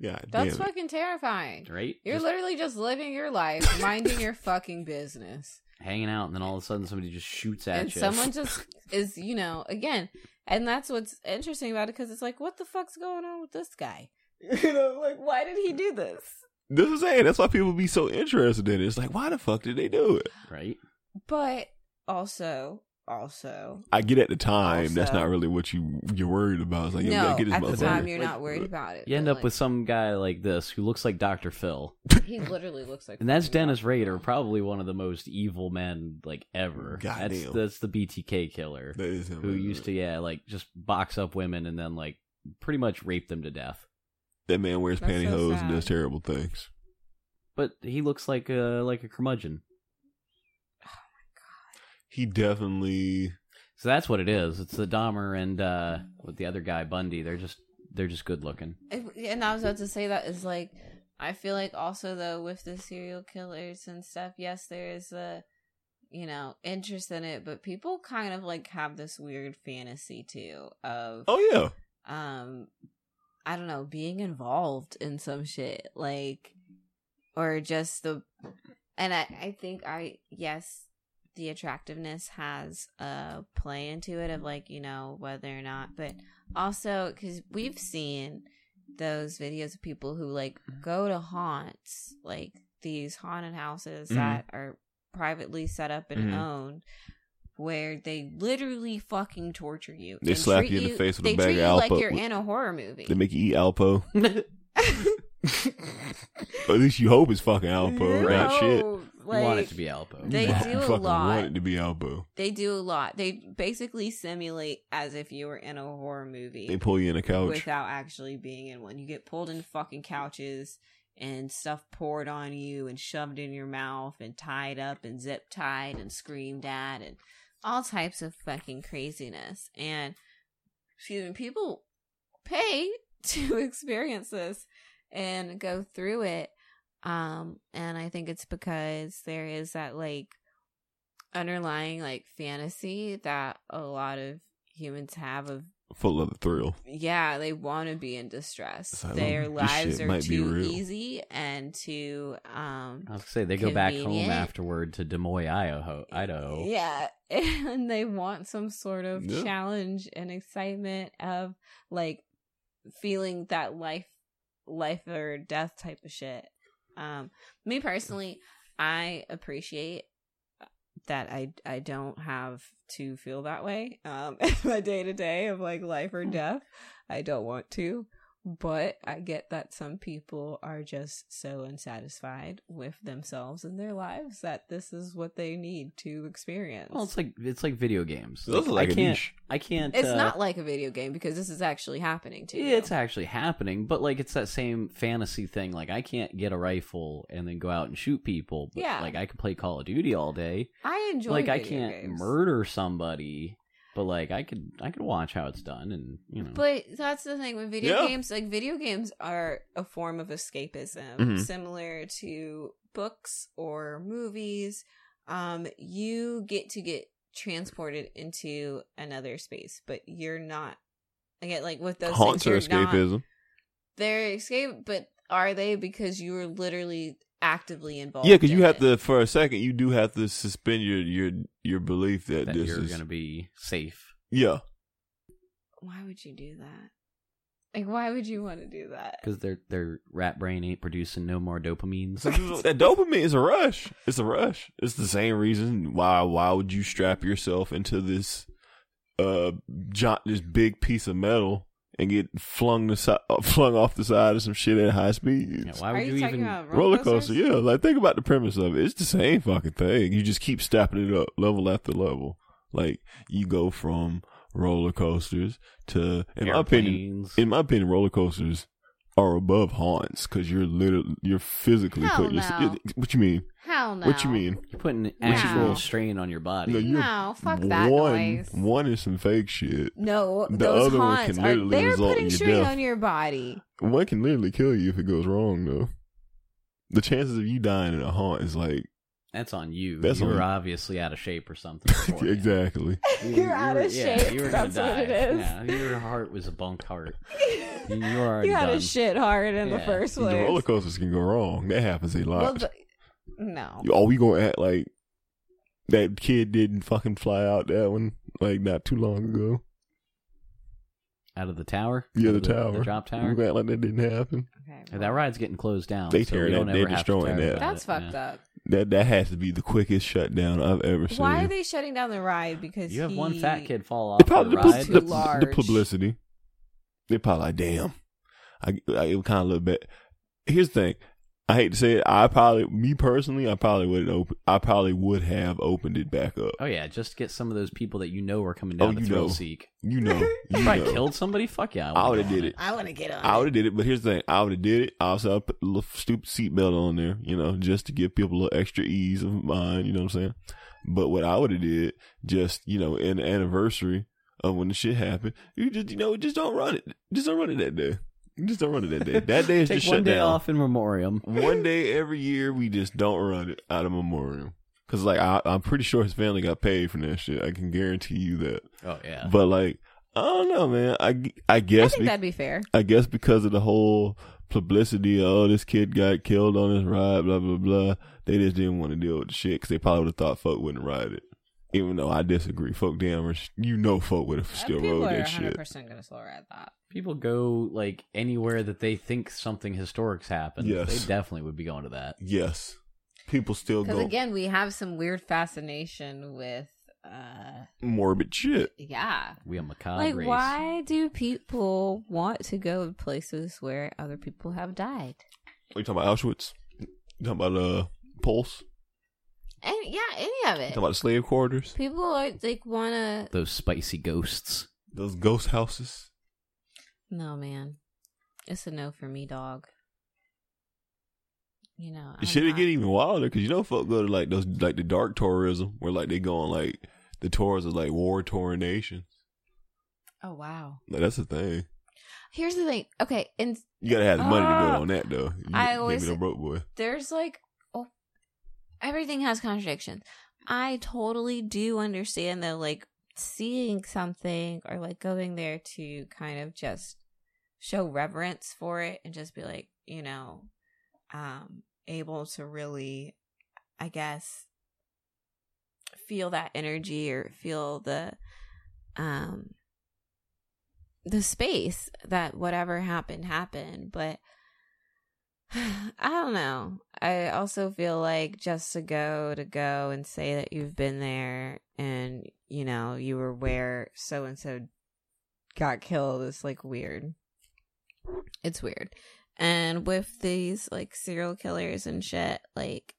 God
that's
damn. it.
fucking terrifying.
Right?
You're
Just
literally just living your life, minding your fucking business.
hanging out, and then all of a sudden somebody just shoots at
and
you.
someone just is you know again and that's what's interesting about it because it's like what the fuck's going on with this guy (laughs) you know like why did he do this
This is saying that's why people be so interested in it. It's like, why the fuck did they do it?
right?
but also
also.
I get at the time that's
Also-
not really what you you're worried about. It's like yeah,
no,
get this
at the
motherfucker.
time you're not
Like,
worried about it.
You end
but,
up
like,
with some guy like this who looks like Dr. Phil.
He literally looks like.
(laughs) And that's
fucking
Dennis
Dr.
Rader,
Phil.
probably one of the most evil men like ever. that's
Goddamn.
that's the BTK killer
That is him.
who
isn't
used
it?
to yeah, like just box up women and then like pretty much rape them to death.
That man wears
That's so
pantyhose
sad.
and does terrible things.
But he looks like a like a curmudgeon.
He definitely
So that's what it is. It's the Dahmer and uh with the other guy Bundy. They're just they're just good looking.
If- and I was about to say that is like I feel like also though with the serial killers and stuff, yes, there is a you know interest in it, but people kind of like have this weird fantasy too of
Oh yeah.
um I don't know being involved in some shit like or just the and I I think I yes the attractiveness has a play into it of like you know whether or not but also because we've seen those videos of people who like go to haunts like these haunted houses
Mm-hmm.
Mhm.
that are privately set up and
Mhm.
owned where they literally fucking torture you
They
and
slap
treat
you in the face with a
they
bag
treat
of
you like
Alpo-
you're in a horror movie
They make you
(laughs)
eat Alpo. At least you hope it's fucking Alpo,
You
not shit.
know,
you want
like,
it to be Alpo.
they
You
do a
fucking
lot.
want it to be Alpo.
they do a lot they basically simulate as if you were in a horror movie
They pull you in a couch.
without actually being in one. You get pulled in fucking couches and stuff poured on you and shoved in your mouth and tied up and zip tied and screamed at and all types of fucking craziness. And excuse me, people pay (laughs) to experience this and go through it. Um, and I think it's because there is that like underlying like fantasy that a lot of humans have of
Full of the thrill.
yeah, they want to be in distress.
It's like,
Their
"Ooh, this
lives
shit
are
might be
too
real."
easy and too um
I was gonna say they go back home
Convenient.
afterward to Des Moines, Idaho. Idaho.
Yeah, (laughs) and they want some sort of
Yeah.
challenge and excitement of like feeling that life life or death type of shit. Um me personally, I appreciate that I I don't have to feel that way. Um (laughs) in my day to day of like life
Hmm.
or death. I don't want to. But I get that some people are just so unsatisfied with themselves and their lives that this is what they need to experience.
Well, it's like it's like video games.
Those are like
I
a
can't.
niche.
I can't.
It's
uh,
not like a video game because this is actually happening to
Yeah,
you.
it's actually happening, but like it's that same fantasy thing. Like I can't get a rifle and then go out and shoot people. But,
Yeah.
Like I can play Call of Duty all day.
I enjoy.
like I
video
can't
games.
murder somebody, but like I could I could watch how it's done and you know.
But that's the thing with video
Mm. Yeah.
games. Like video games are a form of escapism,
Mhm.
similar to books or movies. Um, you get to get transported into another space, but you're not. Again, like with those
Haunts are
things, you're not-
escapism.
They're escape, but are they because you are literally actively involved?
Yeah, because you
in
have
it.
to for a second you do have to suspend your your your belief that,
that
this
you're
is
gonna be safe.
yeah.
Why would you do that? Like, why would you want to do that?
Because their their rat brain ain't producing no more dopamines.
So that dopamine is a rush. It's a rush. It's the same reason why why would you strap yourself into this uh jo- this big piece of metal and get flung the si- uh, flung off the side of some shit at high speeds?
(laughs) Yeah, why
Are
would
you,
you,
talking
even?
about
Roller coaster, yeah. Like think about the premise of it. It's the same fucking thing. You just keep stepping it up, level after level. Like you go from roller coasters to, in my opinion,
airplanes?
in my opinion, roller coasters are above haunts because you're literally you're physically
Hell
putting. your-
no.
what you mean?
Hell no.
What you mean?
You're putting
you
actual
mean?
strain on your body.
No, you-
No, fuck that
one,
noise.
one is some fake shit.
No,
The
those
other one
haunts
can
are
literally
they're
result
putting
in your
strain
death.
on your body.
One can literally kill you if it goes wrong, though. The chances of you dying in a haunt is like
That's on you.
That's
you
on
were
you.
obviously out of shape or
(laughs)
something. beforehand.
exactly.
You-
You're
you
out
were-
of
yeah,
shape.
You were gonna
That's
die.
what it is.
Yeah, your heart was a bunk
(laughs)
heart. You
you
you were already
had
done.
a shit hard in the
Yeah.
first
The roller
place.
coasters can go wrong. That happens a
Well,
lot.
the- no.
Are we gonna act like that kid didn't fucking fly out that one like not too long ago?
Out of the tower.
Yeah,
Out
the
of
tower,
The drop
We
tower.
gonna act like that didn't happen.
Okay,
That ride's getting closed down.
They
so
tearing
we
that-
don't
they
ever have to
destroying
talk
that.
about
That's
it,
fucked
yeah.
up.
That that has to be the quickest shutdown I've ever seen.
Why are they shutting down the ride? Because
You have one
he-
fat kid fall
They
off the
probably the,
ride.
pub- the,
Too
the,
large.
publicity. They probably like, damn. I, I it kind of look bad. Here's the thing. I hate to say it. I probably, me personally, I probably wouldn't open. I probably would have opened it back up.
Oh yeah, just get some of those people that you know are coming down
Oh,
to
you
thrill
know.
seek.
(laughs)
You know, you
Probably
know.
killed somebody. Fuck yeah,
I would
would've
have did
gone.
it.
I want to get on.
I would have did it. But here's the thing. I would have did it. I also put a little stupid seatbelt on there, you know, just to give people a little extra ease of mind. You know what I'm saying? But what I would have did, just you know, in the anniversary of when the shit happened, you just you know, just don't run it. Just don't run it that day. Just don't run it
(laughs)
that day. That day is
Take
just
one
shut
day
down.
off in memoriam.
One day every year, we just don't run it out of memorial. Cause like I, I'm pretty sure his family got paid for that shit. I can guarantee you that.
Oh yeah.
But like I don't know, man. I I
I
guess
think
be-
that'd be fair.
I guess because of the whole publicity, of, oh, this kid got killed on his ride, blah, blah, blah. They just didn't want to deal with the shit because they probably would have thought folk wouldn't ride it. Even though I disagree. Folk damn, or sh- you know folk would have still
Uh, People
rode
are
that
100
shit.
percent gonna slow ride that.
People go like anywhere that they think something historic's happened.
Yes.
They definitely would be going to that.
Yes. People still
Because
go
again, we have some weird fascination with, uh,
morbid shit.
yeah.
We a macabre
Like,
race.
why do people want to go to places where other people have died?
Are you talking about Auschwitz? You talking about uh, Pulse?
And yeah, any of
You
it.
talking about the slave quarters?
People are like wanna.
Those spicy ghosts.
Those ghost houses?
No, man, it's a no for me, dog. You know, I'm
It should
not-
get even wilder because you know folk go to like those like the dark tourism where like they go on like the tours of like war torn nations.
Oh wow.
Like, that's the thing.
Here's the thing. Okay, and
You gotta have the money to
Ah.
go on that though. You
I
can't
always-
be no broke boy.
there's like oh, everything has contradictions. I totally do understand though, like seeing something or like going there to kind of just show reverence for it and just be like, you know, um, able to really, I guess, feel that energy or feel the, um, the space that whatever happened happened, but (sighs) I don't know. I also feel like just to go to go and say that you've been there and you know you were where so and so got killed is like weird. It's weird. And with these like serial killers and shit, like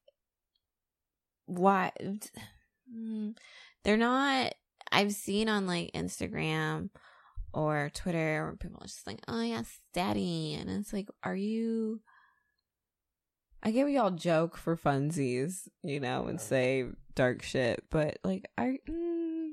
why Mm, they're not I've seen on like Instagram or Twitter where people are just like, "Oh yes, daddy." And it's like, "Are you
I get we all joke for funsies, you know, and say dark shit, but like, I. Mm,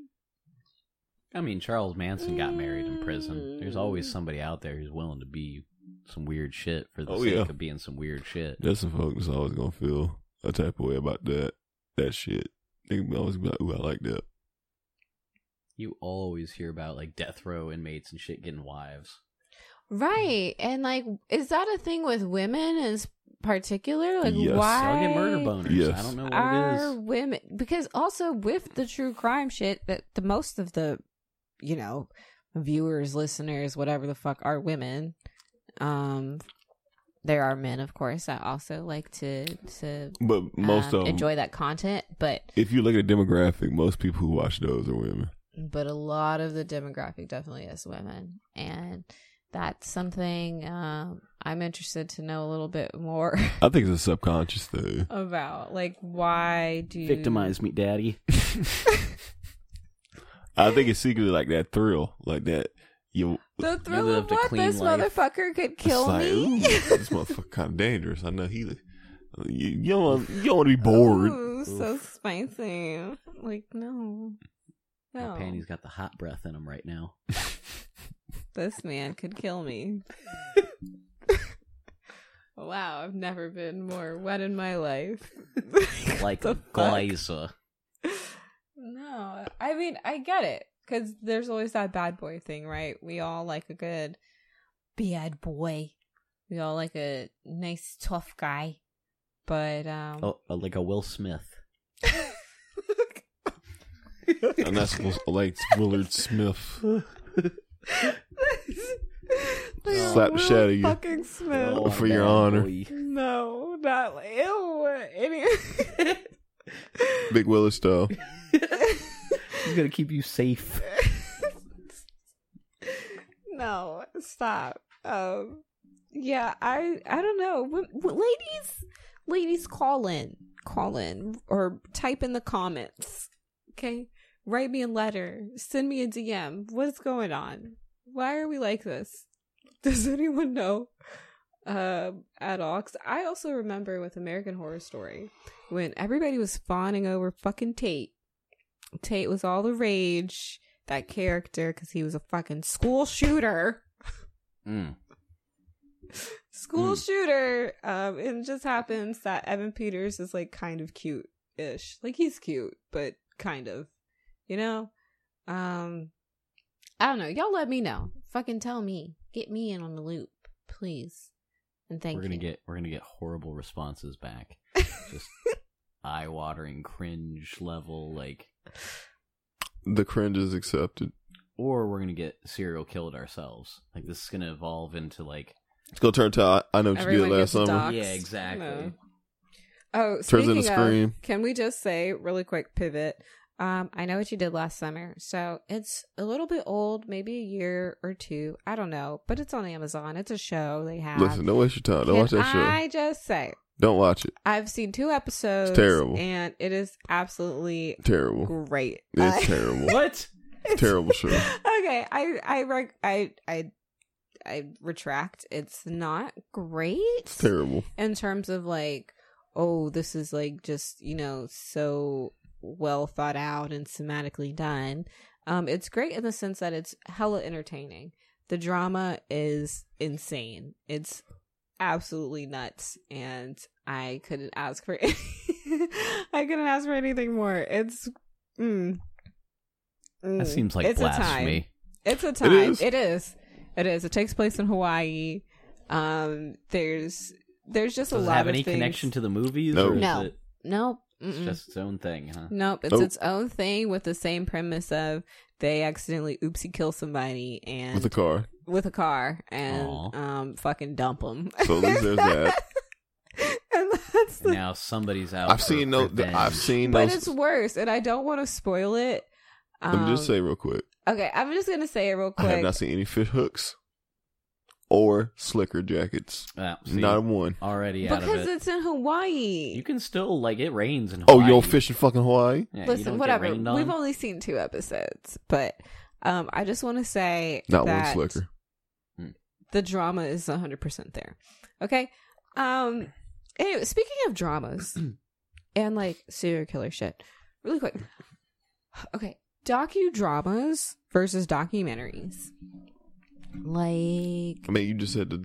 I mean, Charles Manson got married in prison. There's always somebody out there who's willing to be some weird shit for the
Oh,
sake
yeah.
of being some weird shit.
There's some folk that's always gonna feel a type of way about that that shit. They can always be like, ooh, I like that.
You always hear about like death row inmates and shit getting wives.
Right. And like is that a thing with women in s- particular? Like
Yes.
They
why
all get murder boners. I
Yes.
don't know what
are
it is.
women because also with the true crime shit that the most of the you know viewers, listeners, whatever the fuck are women. Um there are men of course that also like to to
But most
um,
of 'em,
enjoy that content, but
if you look at the demographic, most people who watch those are women.
but a lot of the demographic definitely is women and that's something um, i'm interested to know a little bit more
I think it's a subconscious thing.
(laughs) about like why do
Victimize me, daddy.
I think it's secretly like that thrill, like that you
the thrill
lived
of
a
what
clean
this
life.
motherfucker could
It's
kill
like,
me.
ooh, this motherfucker kind of dangerous. I know he. You, you don't want you don't want to be bored.
Ooh, so spicy. Like no,
My
no,
panties got the hot breath in them right (laughs) now.
this man could kill
(laughs)
me. wow, I've never been more wet in my life. (laughs)
Like
The
a
fuck?
geyser.
No, I mean I get it because there's always that bad boy thing, right? We all like a good bad boy. We all like a nice tough guy, but um, (laughs)
Oh, uh, like a Will Smith.
And that's supposed to like Willard Smith. Slap the shit out of you.
Fucking smell.
Oh, For your honor.
No, not ew.
(laughs)
Any-
Big Willis style.
He's gonna keep you safe.
(laughs) no, stop. Um, yeah, I I don't know, Wom- w- ladies. Ladies, call in, call in, or type in the comments. Okay, write me a letter, send me a DM. What's going on? Why are we like this? (laughs) Does anyone know? Uh, at all? 'Cause I also remember with American Horror Story when everybody was fawning over fucking Tate. Tate was all the rage that character because he was a fucking school shooter.
Mm.
(laughs) School shooter. Um, and it just happens that Evan Peters is like kind of cute ish. Like he's cute, but kind of, you know? Um,
I don't know. Y'all let me know. Fucking tell me. Get me in on the loop, please. And thank
we're gonna
you.
get we're gonna get horrible responses
(laughs)
back. Just eye watering cringe level like
The cringe is accepted.
or we're gonna get serial killed ourselves. Like this is gonna evolve into like
It's gonna turn to I, I know what you
Everyone
did last
gets a
summer.
dog. Ox.
Yeah, exactly.
No. oh,
Turns
speaking
into Scream.
of, can we just say really quick pivot? Um, I know what you did last summer, so it's a little bit old, maybe a year or two. I don't know, but it's on Amazon. It's a show they have.
Listen, don't waste your time. Don't
Can
watch that show.
I just say
Don't watch it.
I've seen two episodes.
It's terrible.
and it is absolutely
Terrible.
great.
It's
I-
terrible.
What?
(laughs) it's-
Terrible show.
Okay, I I rec- I I I retract. It's not great
It's terrible.
in terms of like, oh, this is like just you know so well thought out and thematically done. Um, it's great in the sense that it's hella entertaining. The drama is insane. It's absolutely nuts, and I couldn't ask for (laughs) any- I couldn't ask for anything more. It's mm,
That
Mm.
seems like
it's A time.
blasphemy.
It's a time.
is.
It is. It is. It takes place in Hawaii. Um, there's there's just
Does
a
it
lot
have
of
any
things.
connection to the movies?
No.
Or is
No.
It,
Nope.
it's
Mm-mm.
just its own thing,
(laughs)
huh?
Nope, it's
Nope.
its own thing with the same premise of they accidentally oopsie kill somebody and
With the car.
with a car and
Aw.
um fucking dump them.
So at least
(laughs)
there's that.
(laughs) and that's the
And now somebody's out.
I've
for
seen no
revenge.
I've seen
but
no
it's worse, and I don't want to spoil it.
Let
Um,
me just say real quick.
okay, I'm just gonna say it real
I have
quick.
not seen any fish hooks or slicker jackets.
Ah, see,
Not one.
already out of
because
it.
it's in Hawaii.
You can still like it rains in
Oh,
Hawaii.
yo, fish in fucking Hawaii.
Yeah, you don't
Listen,
get
whatever.
rained on.
We've only seen two episodes, but um, I just want to say
Not
that
one slicker.
the drama is 100% there. Okay. Um, anyway, speaking of
(clears throat)
dramas and like serial killer shit, really quick. Okay. Docudramas versus documentaries. Like,
I mean, you just said the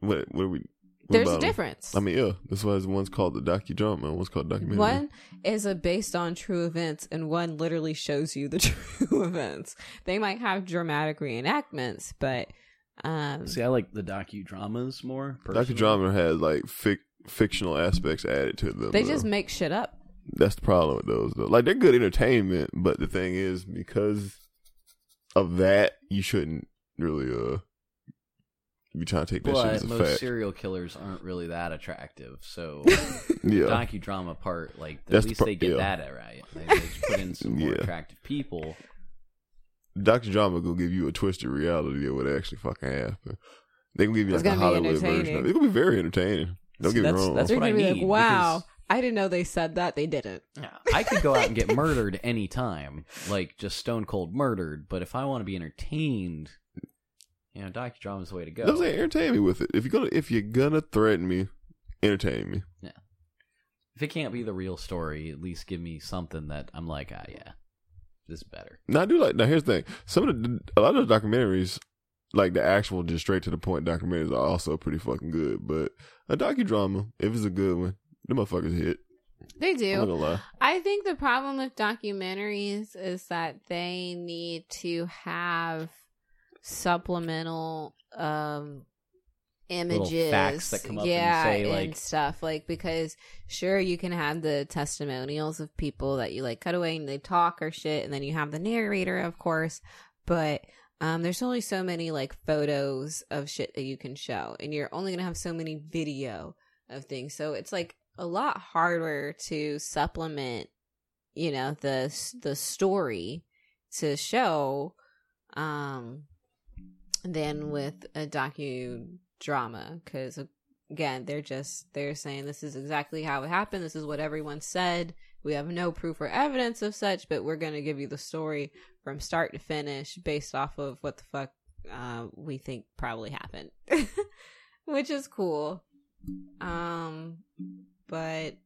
what? What are we? What
there's a
about 'em?
difference.
I mean, yeah, that's why one's called the docudrama and one's called documentary.
One is a based on true events, and one literally shows you the (laughs) true events. They might have dramatic reenactments, but um,
See, I like the docudramas more. personally.
Docudrama has like fic- fictional aspects added to them.
they
though.
just make shit up.
that's the problem with those though. Like they're good entertainment, but the thing is because of that, you shouldn't really uh be trying to take that shit
But
as a
most
fact.
serial killers aren't really that attractive, so
(laughs) yeah,
docudrama part, like at
That's the
least
pro-
they get
yeah.
that uh, right. They, they just put
(laughs)
in some more
Yeah.
attractive people.
docudrama gonna give you a twisted reality of what actually fucking happened. They gonna give you
It's
like a
gonna be
Hollywood version. Of
entertaining.
it. It's gonna be very entertaining. Don't
See,
get me
that's-
wrong.
that's
They're
what
gonna
I
be like,
mean,
"Wow,
because-
I didn't know they said that. They didn't."
I could go out and get murdered any time, like just stone cold murdered. But if I want to be entertained, you know, docudrama's the way to go.
Don't say entertain me with it. If you're gonna if you're gonna threaten me, entertain me.
if it can't be the real story, at least give me something that I'm like, ah, yeah, this is better.
Now I do like. Now here's the thing: some of the a lot of the documentaries, like the actual just straight to the point documentaries, are also pretty fucking good. But a docudrama, if it's a good one, the motherfuckers hit.
They
I'm not
do.
gonna lie.
I think the problem with documentaries is that they need to have supplemental um
Little
images
facts that come up and
yeah
say, like-
stuff like because sure you can have the testimonials of people that you like cut away and they talk or shit and then you have the narrator of course but
Um, there's only so many like photos of shit that you can show, and you're only gonna have so many video of things. So it's like a lot harder to supplement, you know, the the story to show, um, than with a docudrama because again they're just they're saying this is exactly how it happened. This is what everyone said. We have no proof or evidence of such, but we're gonna give you the story from start to finish based off of what the fuck uh, we think probably happened, (laughs) which is cool. Um, but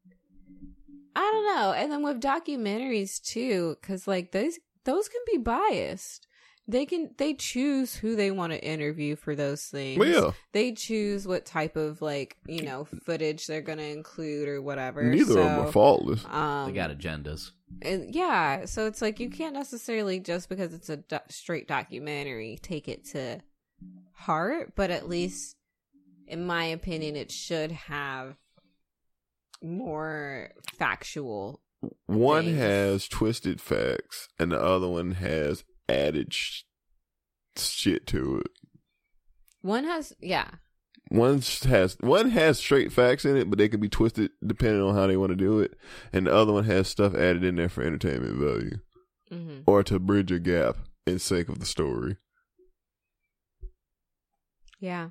I don't know. And then with documentaries too, because like those those can be biased. They can they choose who they want to interview for those things.
Well, yeah.
They choose what type of like you know footage they're gonna include or whatever.
Neither of them are
So,
faultless.
Um,
They got agendas.
and yeah so it's like you can't necessarily just because it's a do- straight documentary take it to heart but at least in my opinion it should have more factual
One
things.
has twisted facts, and the other one has added sh- shit to it.
one has yeah
One s- has one has straight facts in it, but they could be twisted depending on how they want to do it, and the other one has stuff added in there for entertainment value
hmm
or to bridge a gap in sake of the story.
yeah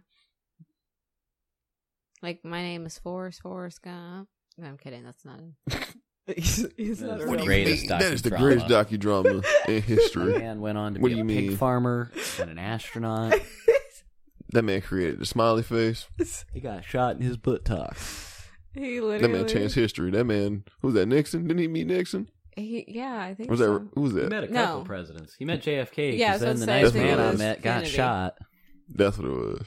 like my name is forrest forrest gump no, i'm kidding that's not
(laughs) He's, he's
That
not
is
a
the
real
greatest
man.
doc-
That is the
docudrama.
greatest docudrama in
The (laughs)
history.
man went on to
What
be
do
a
you
pig
mean?
farmer and an astronaut.
That man created the smiley face.
(laughs)
he got shot in his buttocks.
he
That
literally
man changed history. That man, who's that? Nixon? Didn't he meet Nixon?
he, yeah i think
Was
so.
that who was
He
that?
met a
No.
couple presidents. He met JFK.
Yeah,
Yeah,
I was
then
gonna
the
say,
nice
I think
man
it
I
was
met got
Kennedy.
shot.
That's what it was.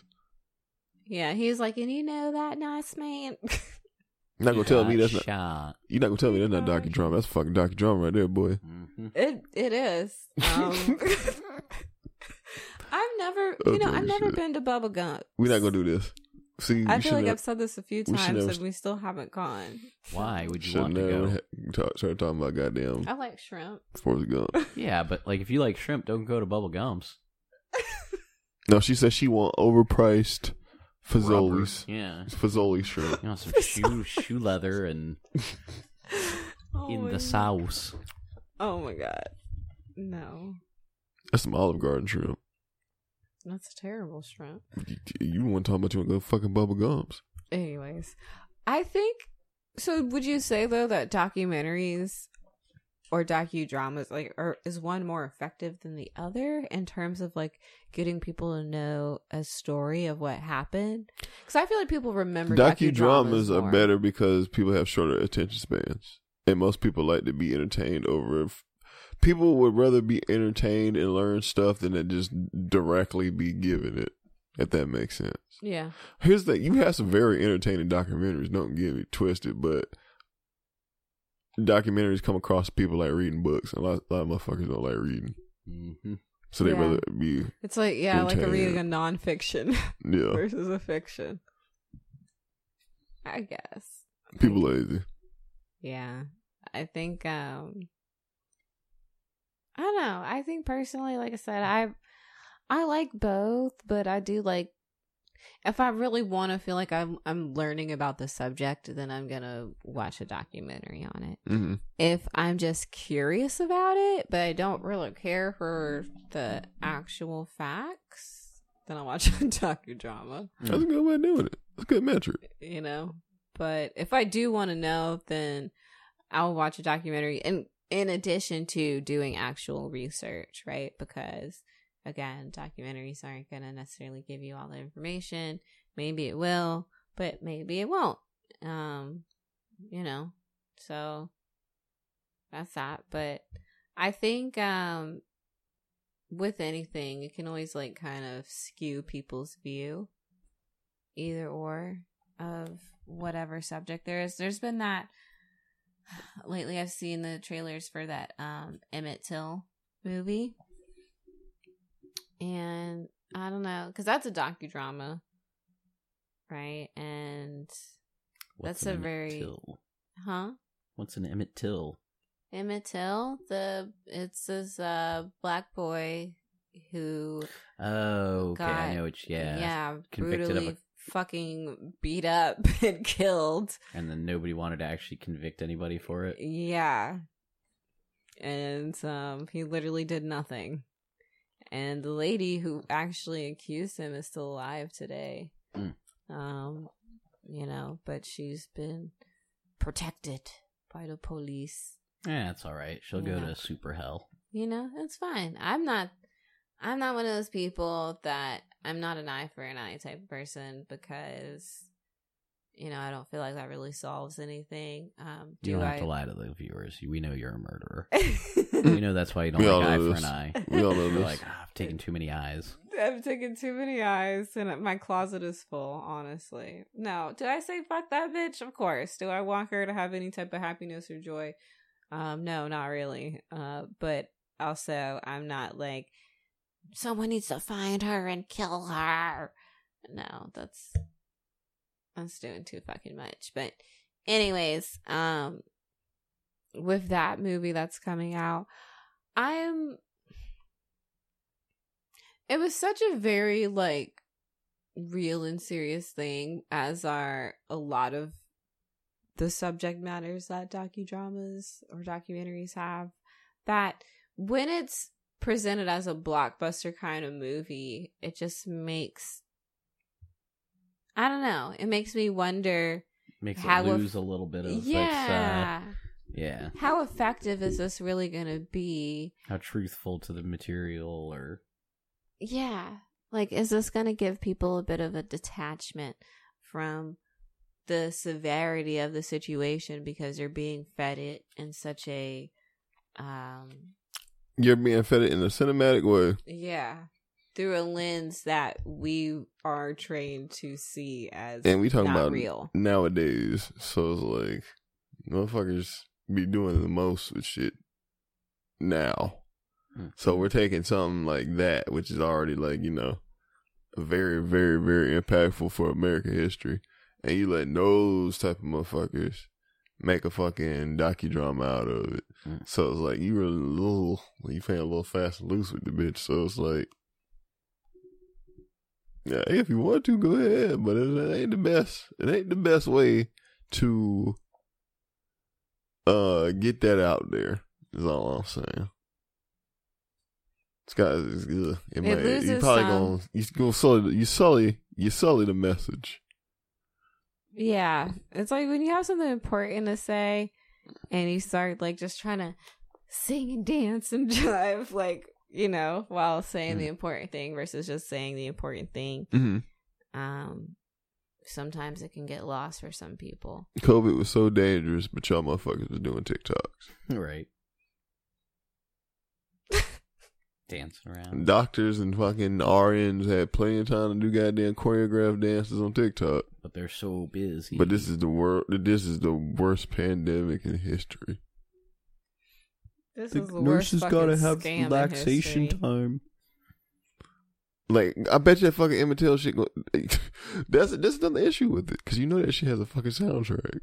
yeah he's like and you know that nice man (laughs)
You're not gonna tell me that's not.
shot.
You're not gonna tell me that's not docudrama. That's fucking docudrama right there, boy.
Mhm.
It it is.
(laughs)
Um, I've never, you
Okay,
know, I've never
shit.
been to Bubble Gump.
We're not gonna do this. See,
I
we
feel like
shouldn't
I've said this a few
we should
times,
never
and we still haven't gone.
Why would you
should
want to
never
go?
(laughs) ha- talk, start talking about goddamn
I like shrimp.
Forrest Gump. (laughs)
Yeah, but like if you like shrimp, don't go to Bubble Gums.
No, she said she want overpriced fazoli's,
Yeah.
fazoli shrimp.
You know,
(laughs)
some shoe shoe leather and
Oh
in
my
the
God.
sauce.
Oh my god, no,
That's some Olive Garden shrimp.
that's terrible shrimp.
You, you want to talk about you want to go fucking bubble gums?
Anyways, I think so. Would you say though that documentaries or docudramas like are is one more effective than the other in terms of like getting people to know a story of what happened? Because I feel like people remember
Docudramas
more.
are better because people have shorter attention spans, and most people like to be entertained over. F- people would rather be entertained and learn stuff than to just directly be given it. If that makes sense.
Yeah,
Here's the thing: you have some very entertaining documentaries. Don't get me twisted, but documentaries come across to people like reading books. and A lot, a lot of motherfuckers don't like reading,
Mm-hmm.
so they
Yeah.
rather be
it's like yeah, like a
Entertainment. Oh.
reading a nonfiction (laughs)
yeah.
versus a fiction.
I guess.
People lazy.
Yeah. I think um I don't know. I think personally, like I said, I I like both, but I do like if I really want to feel like I'm I'm learning about the subject, then I'm gonna watch a documentary on it.
Mm-hmm.
If I'm just curious about it, but I don't really care for the actual facts, then I'll watch (laughs) a
Mm.
docudrama
That's a good way of doing it. That's a good metric.
you know. But if I do want to know, then I'll watch a documentary and in addition to doing actual research, right? Because again, documentaries aren't going to necessarily give you all the information. Maybe it will, but maybe it won't. Um, you know. So that's that, but I think um with anything, it can always like kind of skew people's view either or of whatever subject there is. There's been that (sighs) lately I've seen the trailers for that um Emmett Till movie. And I don't know cuz that's a docudrama, right? And That's a very-
Till?
huh?
What's an Emmett Till?
Emmett Till, the it's this uh black boy. who
Oh, okay. I
God.
know it's yeah.
yeah
Convicted of
brutally fucking beat up (laughs) and killed.
And then nobody wanted to actually convict anybody for it.
Yeah. And um he literally did nothing. And the lady who actually accused him is still alive today.
Mm.
Um you know, but she's been protected by the police.
Yeah, it's all right. She'll go
Yeah.
to super hell.
you know it's fine i'm not i'm not one of those people that i'm not an eye for an eye type of person because you know i don't feel like that really solves anything um do
you don't
i
have
(laughs)
to lie to the viewers. We know you're a murderer. we
lie
know that's why you don't
We all
like eye
know
for
this.
an eye.
We all know
(laughs) You're
this.
like, "Ah, I've taken too many eyes.
I've taken too many eyes, and my closet is full. Honestly, no. Do I say fuck that bitch? Of course. Do I want her to have any type of happiness or joy? Um, no, not really. Uh, but also, I'm not like
someone needs to find her and kill her no that's that's doing too fucking much but anyways um with that movie that's coming out i'm it was such a very like real and serious thing as are a lot of the subject matters that docudramas or documentaries have that when it's presented as a blockbuster kind of movie it just makes i don't know it makes me wonder
Makes
How
it
if-
lose a little bit of its, uh,
yeah
yeah.
how effective is this really gonna be
How truthful to the material or
yeah like is this going to give people a bit of a detachment from the severity of the situation because they're being fed it in such a um
You're being fed it in a cinematic way.
yeah. Through a lens that we are trained to see as
And we talking
not
about
real.
nowadays. So it's like motherfuckers be doing the most with shit now.
Hmm.
So we're taking something like that, which is already like, you know, very, very, very impactful for American history. And you let those type of motherfuckers make a fucking docudrama out of it.
Hmm.
Mm.
So it's like you were a little you playing a little fast and loose with the bitch. So it's like yeah, if you want to, go ahead, but it, it ain't the best. It ain't the best way to uh get that out there. Is all I'm saying. It's got it's, ugh, it might, you
loses
probably
some.
gonna you gonna sully you sully you sully the message.
yeah it's like when you have something important to say and you start like just trying to sing and dance and (laughs) jive like you know while saying
Mm.
the important thing versus just saying the important thing
Mm-hmm.
um sometimes it can get lost for some people
COVID was so dangerous, but y'all motherfuckers was doing TikToks.
(laughs)
right. Dancing around.
Doctors and fucking RNs had plenty of time to do goddamn choreographed dances on TikTok.
But they're so busy.
But this is the world. This is the worst pandemic in history.
This is the worst fucking scam in history.
time. Like I bet you that fucking Emmett Till shit. Go- (laughs) that's that's another issue with it because you know that shit has a fucking soundtrack.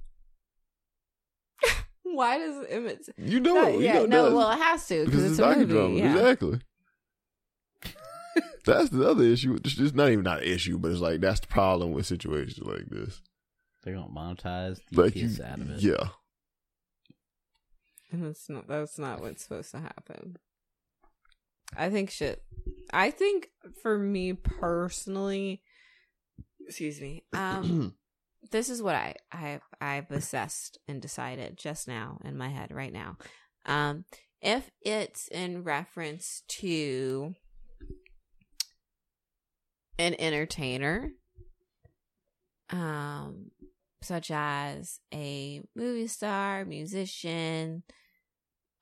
why does Emmett?
You know,
No,
you
yeah,
know it
no.
does.
Well, it has to
because
because it's
it's a
a movie. Yeah.
docudrama.
(laughs)
Exactly. that's the other issue. It's just not even not an issue, but it's like that's the problem with situations like this.
they're gonna monetize the
Like you,
piss out of it.
yeah,
And that's not that's not what's supposed to happen. I think shit. I think for me personally, excuse me.
Um, this is what I I I've assessed and decided just now in my head right now. Um, if it's in reference to an entertainer, um, such as a movie star, musician,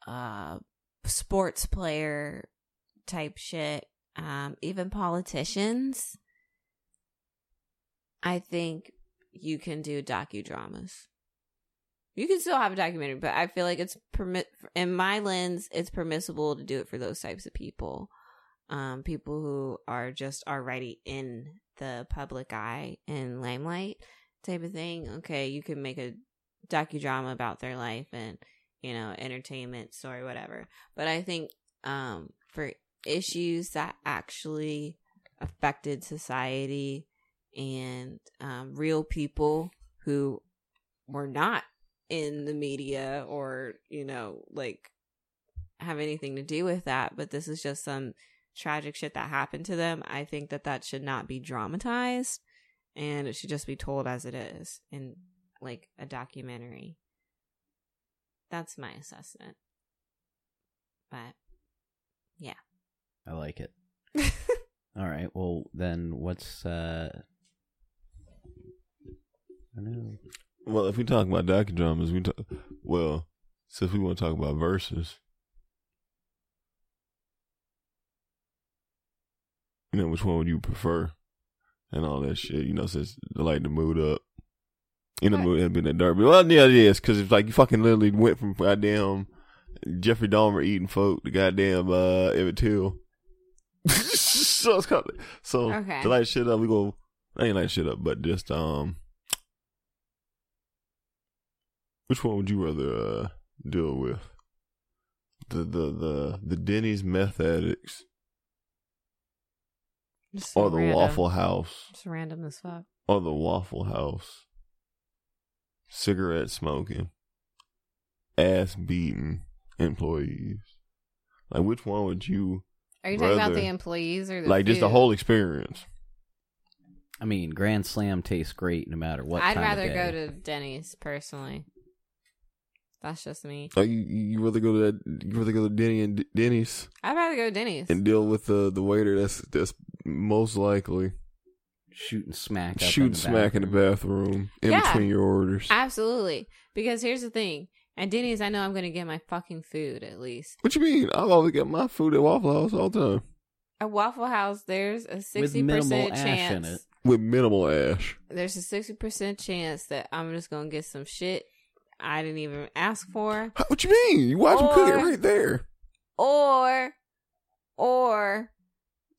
uh, sports player type shit, um, even politicians. I think you can do docudramas. You can still have a documentary, but I feel like it's permit in my lens, it's permissible to do it for those types of people, um, people who are just already in the public eye and limelight type of thing. Okay, you can make a docudrama about their life and you know entertainment story, whatever. But I think um, for issues that actually affected society and um, real people who were not in the media or you know like have anything to do with that but this is just some tragic shit that happened to them i think that that should not be dramatized and it should just be told as it is in like a documentary that's my assessment but
I like
(laughs)
it. All right. Well, then what's uh I don't know.
Well, if we talk about docudramas, we talk. Well, since we want to talk about verses, you know, which one would you prefer? And all that shit, you know, since I like the mood up. In the mood, it'd been that derby. Well, yeah, it is, because it's like you fucking literally went from goddamn Jeffrey Dahmer eating folk to goddamn uh, Emmett Till. (laughs) so it's kind of, so
Okay.
to light shit up, we go, I ain't light shit up, but just, um, Which one would you rather uh, deal with? The the the the Denny's meth addicts
Just
or the
random.
Waffle House
Just random as fuck.
or the Waffle House? Cigarette smoking, ass beating employees. Like which one would you
are you talking about
Rather-
the employees or the
like? Just the
food?
whole experience.
I mean, Grand Slam tastes great no matter what.
I'd
time of
rather
day.
go to Denny's personally. That's just me.
Like you, you rather go to that, you rather go to Denny and Denny's
I'd rather go to Denny's.
and deal with the the waiter. That's that's most likely
shooting smack. Up in
shoot
the
smack in the
bathroom.
bathroom in
Yeah.
between your orders.
Absolutely. Because here's the thing. At Denny's, I know I'm going to get my fucking food at least.
What you mean? I've always got my food at Waffle House all the time
At Waffle House, there's a
With
60%
minimal ash in
chance.
it.
with minimal ash.
There's a 60% chance that I'm just going to get some shit I didn't even ask for.
How- What you mean? You watch them cook it
Or-
right there.
Or, or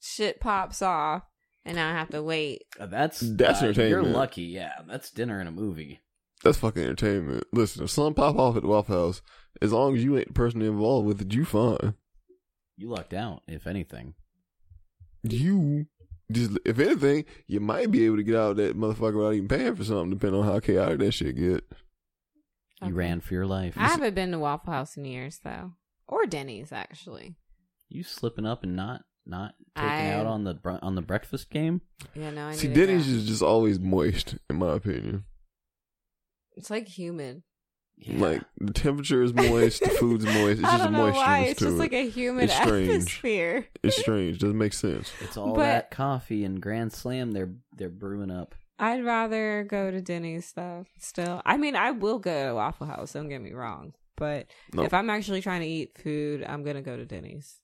shit pops off and I have to wait.
Uh, That's
That's
uh, You're
entertainment.
lucky. Yeah, that's dinner and a movie.
That's fucking entertainment. Listen, if something pop off at the Waffle House, as long as you ain't the person involved with it, you fine.
You lucked out, if anything.
You just, if anything, you might be able to get out of that motherfucker without even paying for something, depending on how chaotic that shit get.
Okay.
You ran for your life.
I haven't been to Waffle House in years, though. Or Denny's, actually.
You slipping up and not not taking
I-
out on the br- on the breakfast game.
Yeah, no, I
See,
knew
Denny's
that.
is just always moist, in my opinion.
It's like humid.
Yeah.
Like the temperature is moist, the
(laughs)
food's moist. It's
I
just
don't know why.
moisture
It's
to
just
it.
like a humid
It's strange.
atmosphere.
it's strange. Doesn't make sense.
it's all
but-
that coffee and Grand Slam. They're they're brewing up.
I'd rather go to Denny's though. Still, I mean, I will go to Waffle House. Don't get me wrong, but
No.
if I'm actually trying to eat food, I'm gonna go to Denny's.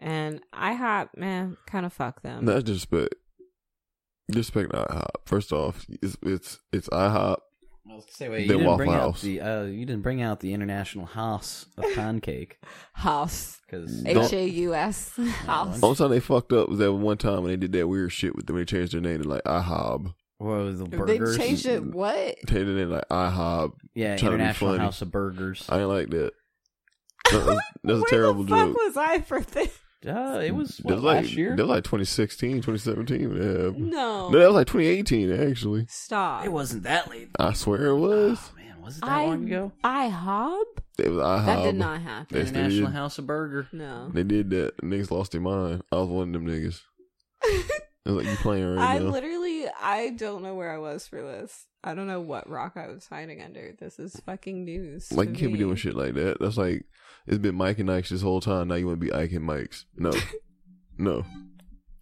And IHOP, man, kind of fuck them.
Um,
That's disrespect. Disrespect to IHOP. First off, it's it's it's IHOP.
I was gonna say, wait, you
Then
didn't
Waffle
bring out
House.
the uh, you didn't bring out the international house (laughs) of pancake
House.
because
Don't-
H A
(laughs)
U S. House.
Only time they fucked up was that one time when they did that weird shit with them. They changed their name to like IHOB.
well, the
They
burgers,
changed it. What?
Changed their name to like IHOB.
yeah,
trying to be
international
funny.
house of burgers.
I ain't like that.
(laughs)
That was- That's a terrible
Where the
joke.
fuck was I for this?
Uh, it was
That
what,
was like,
last year.
That was like 2016, 2017. when that
(laughs)
happened.
No,
No, that was like 2018 actually.
stop.
It wasn't that late.
I swear it was.
(sighs)
Oh, man, was it that
I
long ago?
IHOB?
It was IHOB.
That did not happen.
Yes, they
International
did.
house of burger.
No,
They did that. Niggas lost their mind. I was one of them niggas.
(laughs)
It was like you playing right
I
now.
literally, I don't know where I was for this. I don't know what rock I was hiding under. This is fucking news.
Like
to
you can't be
me.
doing shit like that. That's like it's been Mike and Ike's this whole time. Now you want to be Ike and Mike's?
(laughs)
No, no.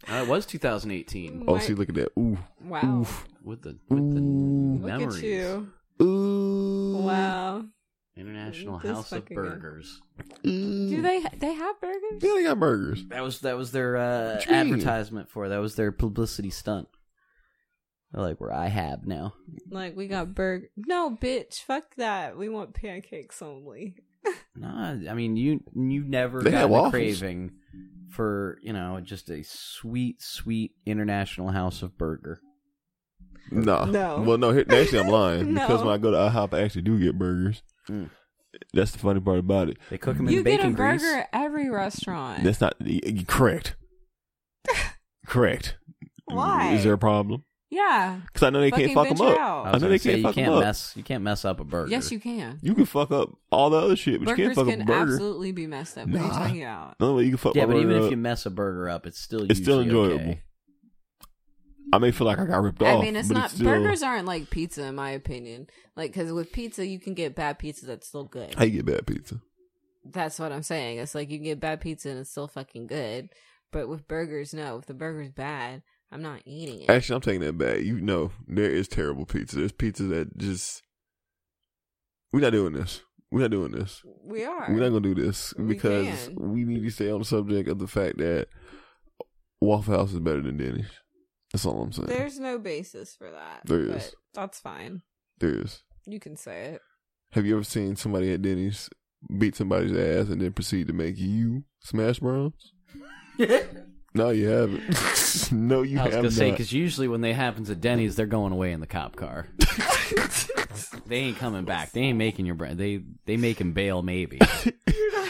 Uh, it was 2018
Oh,
Mike-
see, look at that. Ooh,
Wow.
with the with the
Ooh.
Look
memories.
at you.
ooh.
Wow.
International
This
house of
fucking guy.
burgers.
Ooh.
Do they they have burgers?
Yeah, they got burgers.
That was that was their uh,
What you mean?
advertisement for. it. That was their publicity stunt. They're like, we're IHAB now.
Like we got burger. No, bitch, fuck that. We want pancakes only.
Nah, I mean you you never
They had
got a
waffles.
craving for you know just a sweet sweet international house of burger.
Nah.
No.
Well, no. Here, actually, I'm lying
No.
(laughs)
because when I go to IHOP, I actually do get burgers.
Mm.
That's the funny part about it.
They cook them in
You get a
bacon grease.
burger at every restaurant.
That's not y- y-
(laughs)
correct. correct.
Why?
Is there a problem?
yeah.
Because I know they can't
Fucking
fuck them
bitch
up.
out.
I
I
was
know
gonna
they
say,
can't
you
fuck
can't
them up.
mess. You can't mess up a burger.
Yes, you can.
You can fuck up all the other shit, but you
Burgers
can't fuck up a
can
burger.
absolutely be messed up. What are you
Nah.
talking about?
The only way you can fuck
Yeah,
my
but even
burger
if
up-
you mess a burger up, it's still
It's still
usually
enjoyable.
okay.
I may feel like I got ripped
I
off.
mean, it's
but
not
still,
burgers aren't like pizza in my opinion. Like because with pizza you can get bad pizza that's still good.
How you get bad pizza?
that's what I'm saying. It's like you can get bad pizza and it's still fucking good. But with burgers, no. If the burger's bad, I'm not eating it.
Actually, I'm taking that back. You know, there is terrible pizza. There's pizza that just we're not doing this. We're not doing this.
we are.
We're not gonna do this
We
because
can.
we need to stay on the subject of the fact that Waffle House is better than Denny's. That's all I'm saying.
There's no basis for that.
There
but
is.
That's fine.
There is.
You can say it.
Have you ever seen somebody at Denny's beat somebody's ass and then proceed to make you
(laughs)
smash browns? no, you haven't. (laughs) no, you
I was gonna
have not.
say because usually when they happens at Denny's, they're going away in the cop
(laughs)
car. they ain't coming back. They ain't making your bread. They they make 'em bail
(laughs)
maybe.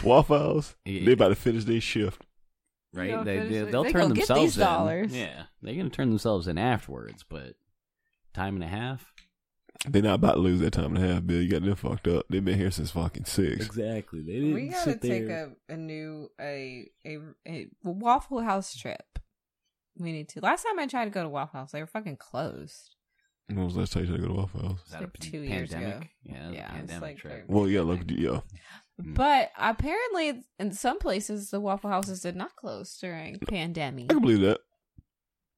Waffle House,
Yeah.
they about to finish their shift.
Right?
No,
they,
but
they
it's like,
they'll
they
turn
go get
themselves
these
in.
dollars.
Yeah, they're gonna turn themselves in afterwards. But time and a half.
They're not about to lose that time and a half, Bill. You got them fucked up. They've been here since fucking six.
Exactly. They
We gotta take a, a new a, a a Waffle House trip. We need to. Last time I tried to go to Waffle House, they were fucking closed.
When was the last time you tried to go to Waffle House?
Is that a
like two years ago.
Yeah, that was a
Yeah, it's
pandemic
like
trip.
very-
Well, yeah, look, yeah.
But apparently, in some places, the Waffle Houses did not close during pandemic.
I can believe that.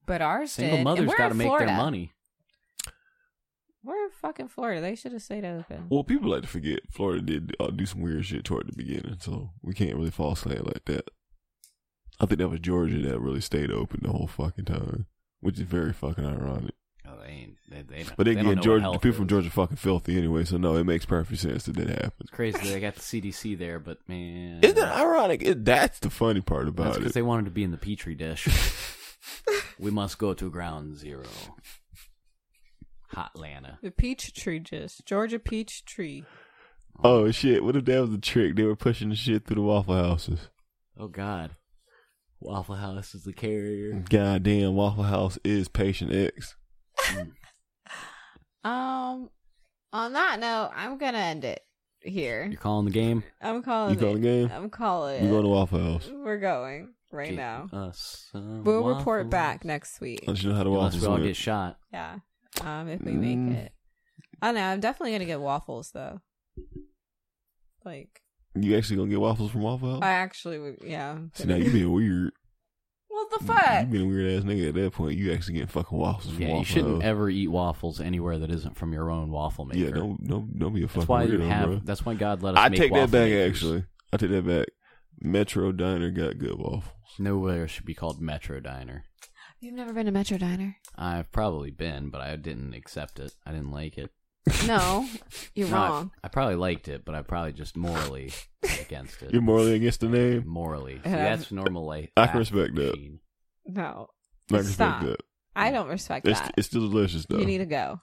But ours
Single
did.
mothers
got
gotta
to
make their money.
We're in fucking Florida. They should have stayed open.
Well, people like to forget Florida did uh, do some weird shit toward the beginning, so we can't really fall asleep like that. I think that was Georgia that really stayed open the whole fucking time, which is very fucking ironic.
Oh, they ain't. They, they don't,
But
they
then
don't
again,
know what
Georgia, the
health
people from
is.
Georgia are fucking filthy anyway, so no, it makes perfect sense that that happened.
It's crazy. that They got the CDC there, but man,
Isn't that ironic? It, that's the funny part
That's
about
because
it.
they wanted to be in the petri
(laughs)
dish. we must go to ground zero. Hot Lana.
The peach tree just Georgia peach tree.
oh shit! What if that was a trick? They were pushing the shit through the Waffle Houses.
Oh God. Waffle House is the
Mm.
carrier.
Goddamn, Waffle House is patient X.
Um. On that note, I'm gonna end it here.
You're calling the game.
I'm calling.
You calling
it.
the game?
I'm calling.
We
it.
going to Waffle House.
We're going right
Get
now.
us some
We'll report
waffles.
back next week.
Let you know how the
Unless we
waffles
all
went.
get shot.
Yeah. Um, if we make
Mm.
it. I don't know. I'm definitely gonna get waffles though. Like
You actually gonna get waffles from Waffle House?
I actually would. Yeah. I'm
See, now
gonna-
you being weird.
what the
You
(laughs) fuck?
been a weird ass nigga at that point. You actually getting fucking waffles from
Yeah,
Waffle
you shouldn't
House.
ever eat waffles anywhere that isn't from your own waffle maker.
yeah, don't don't don't be a fucking
That's why
weirdo,
you have.
bro.
That's why God let us.
I
make
take that
waffle
back.
makers.
Actually, I take that back. Metro Diner got good waffles.
nowhere should be called Metro Diner.
You've never been to Metro Diner?
I've probably been, but I didn't accept it. I didn't like it.
No, you're
No, I-
wrong.
I, probably liked it, but I probably just morally against it.
(laughs) You're morally against the name.
morally. See,
And I've-
that's normal life.
I can respect that.
machine.
No,
I can
Stop.
respect that.
I don't respect
It's,
that.
it's still delicious though.
You need to go.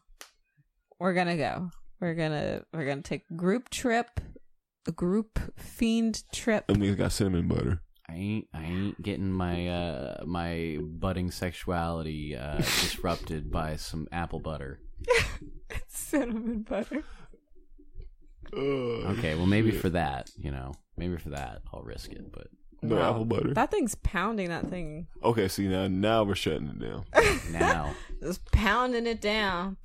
We're gonna go. We're gonna we're gonna take a group trip, a group fiend trip.
Them niggas got cinnamon butter.
I ain't. I ain't getting my uh, my budding sexuality
(laughs)
uh, disrupted by some apple butter.
(laughs) Cinnamon
(laughs)
butter.
Oh,
Okay, well maybe for that, you know, maybe for that I'll risk it.
(laughs)
But
no
Wow.
apple butter.
That thing's pounding that thing.
Okay, see now now we're shutting it down.
now,
Just pounding it down.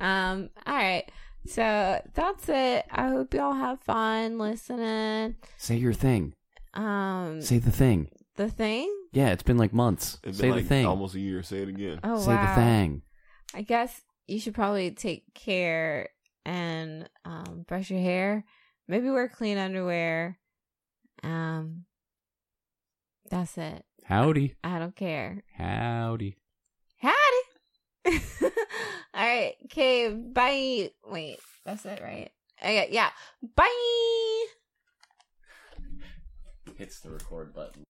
Um, all right. So that's it. I hope y'all have fun listening.
say your thing.
Um
Say the thing.
the thing?
Yeah, it's been like months.
It's
say
been like
the thing.
almost a year. Say it again.
Oh
say
wow.
the thing.
I guess you should probably take care and um, brush your hair. Maybe wear clean underwear. Um, that's it.
Howdy.
I don't care.
Howdy.
Howdy. (laughs) All right. Okay. Bye. Wait. That's it, right? Okay. Yeah. Bye.
Hits the record button.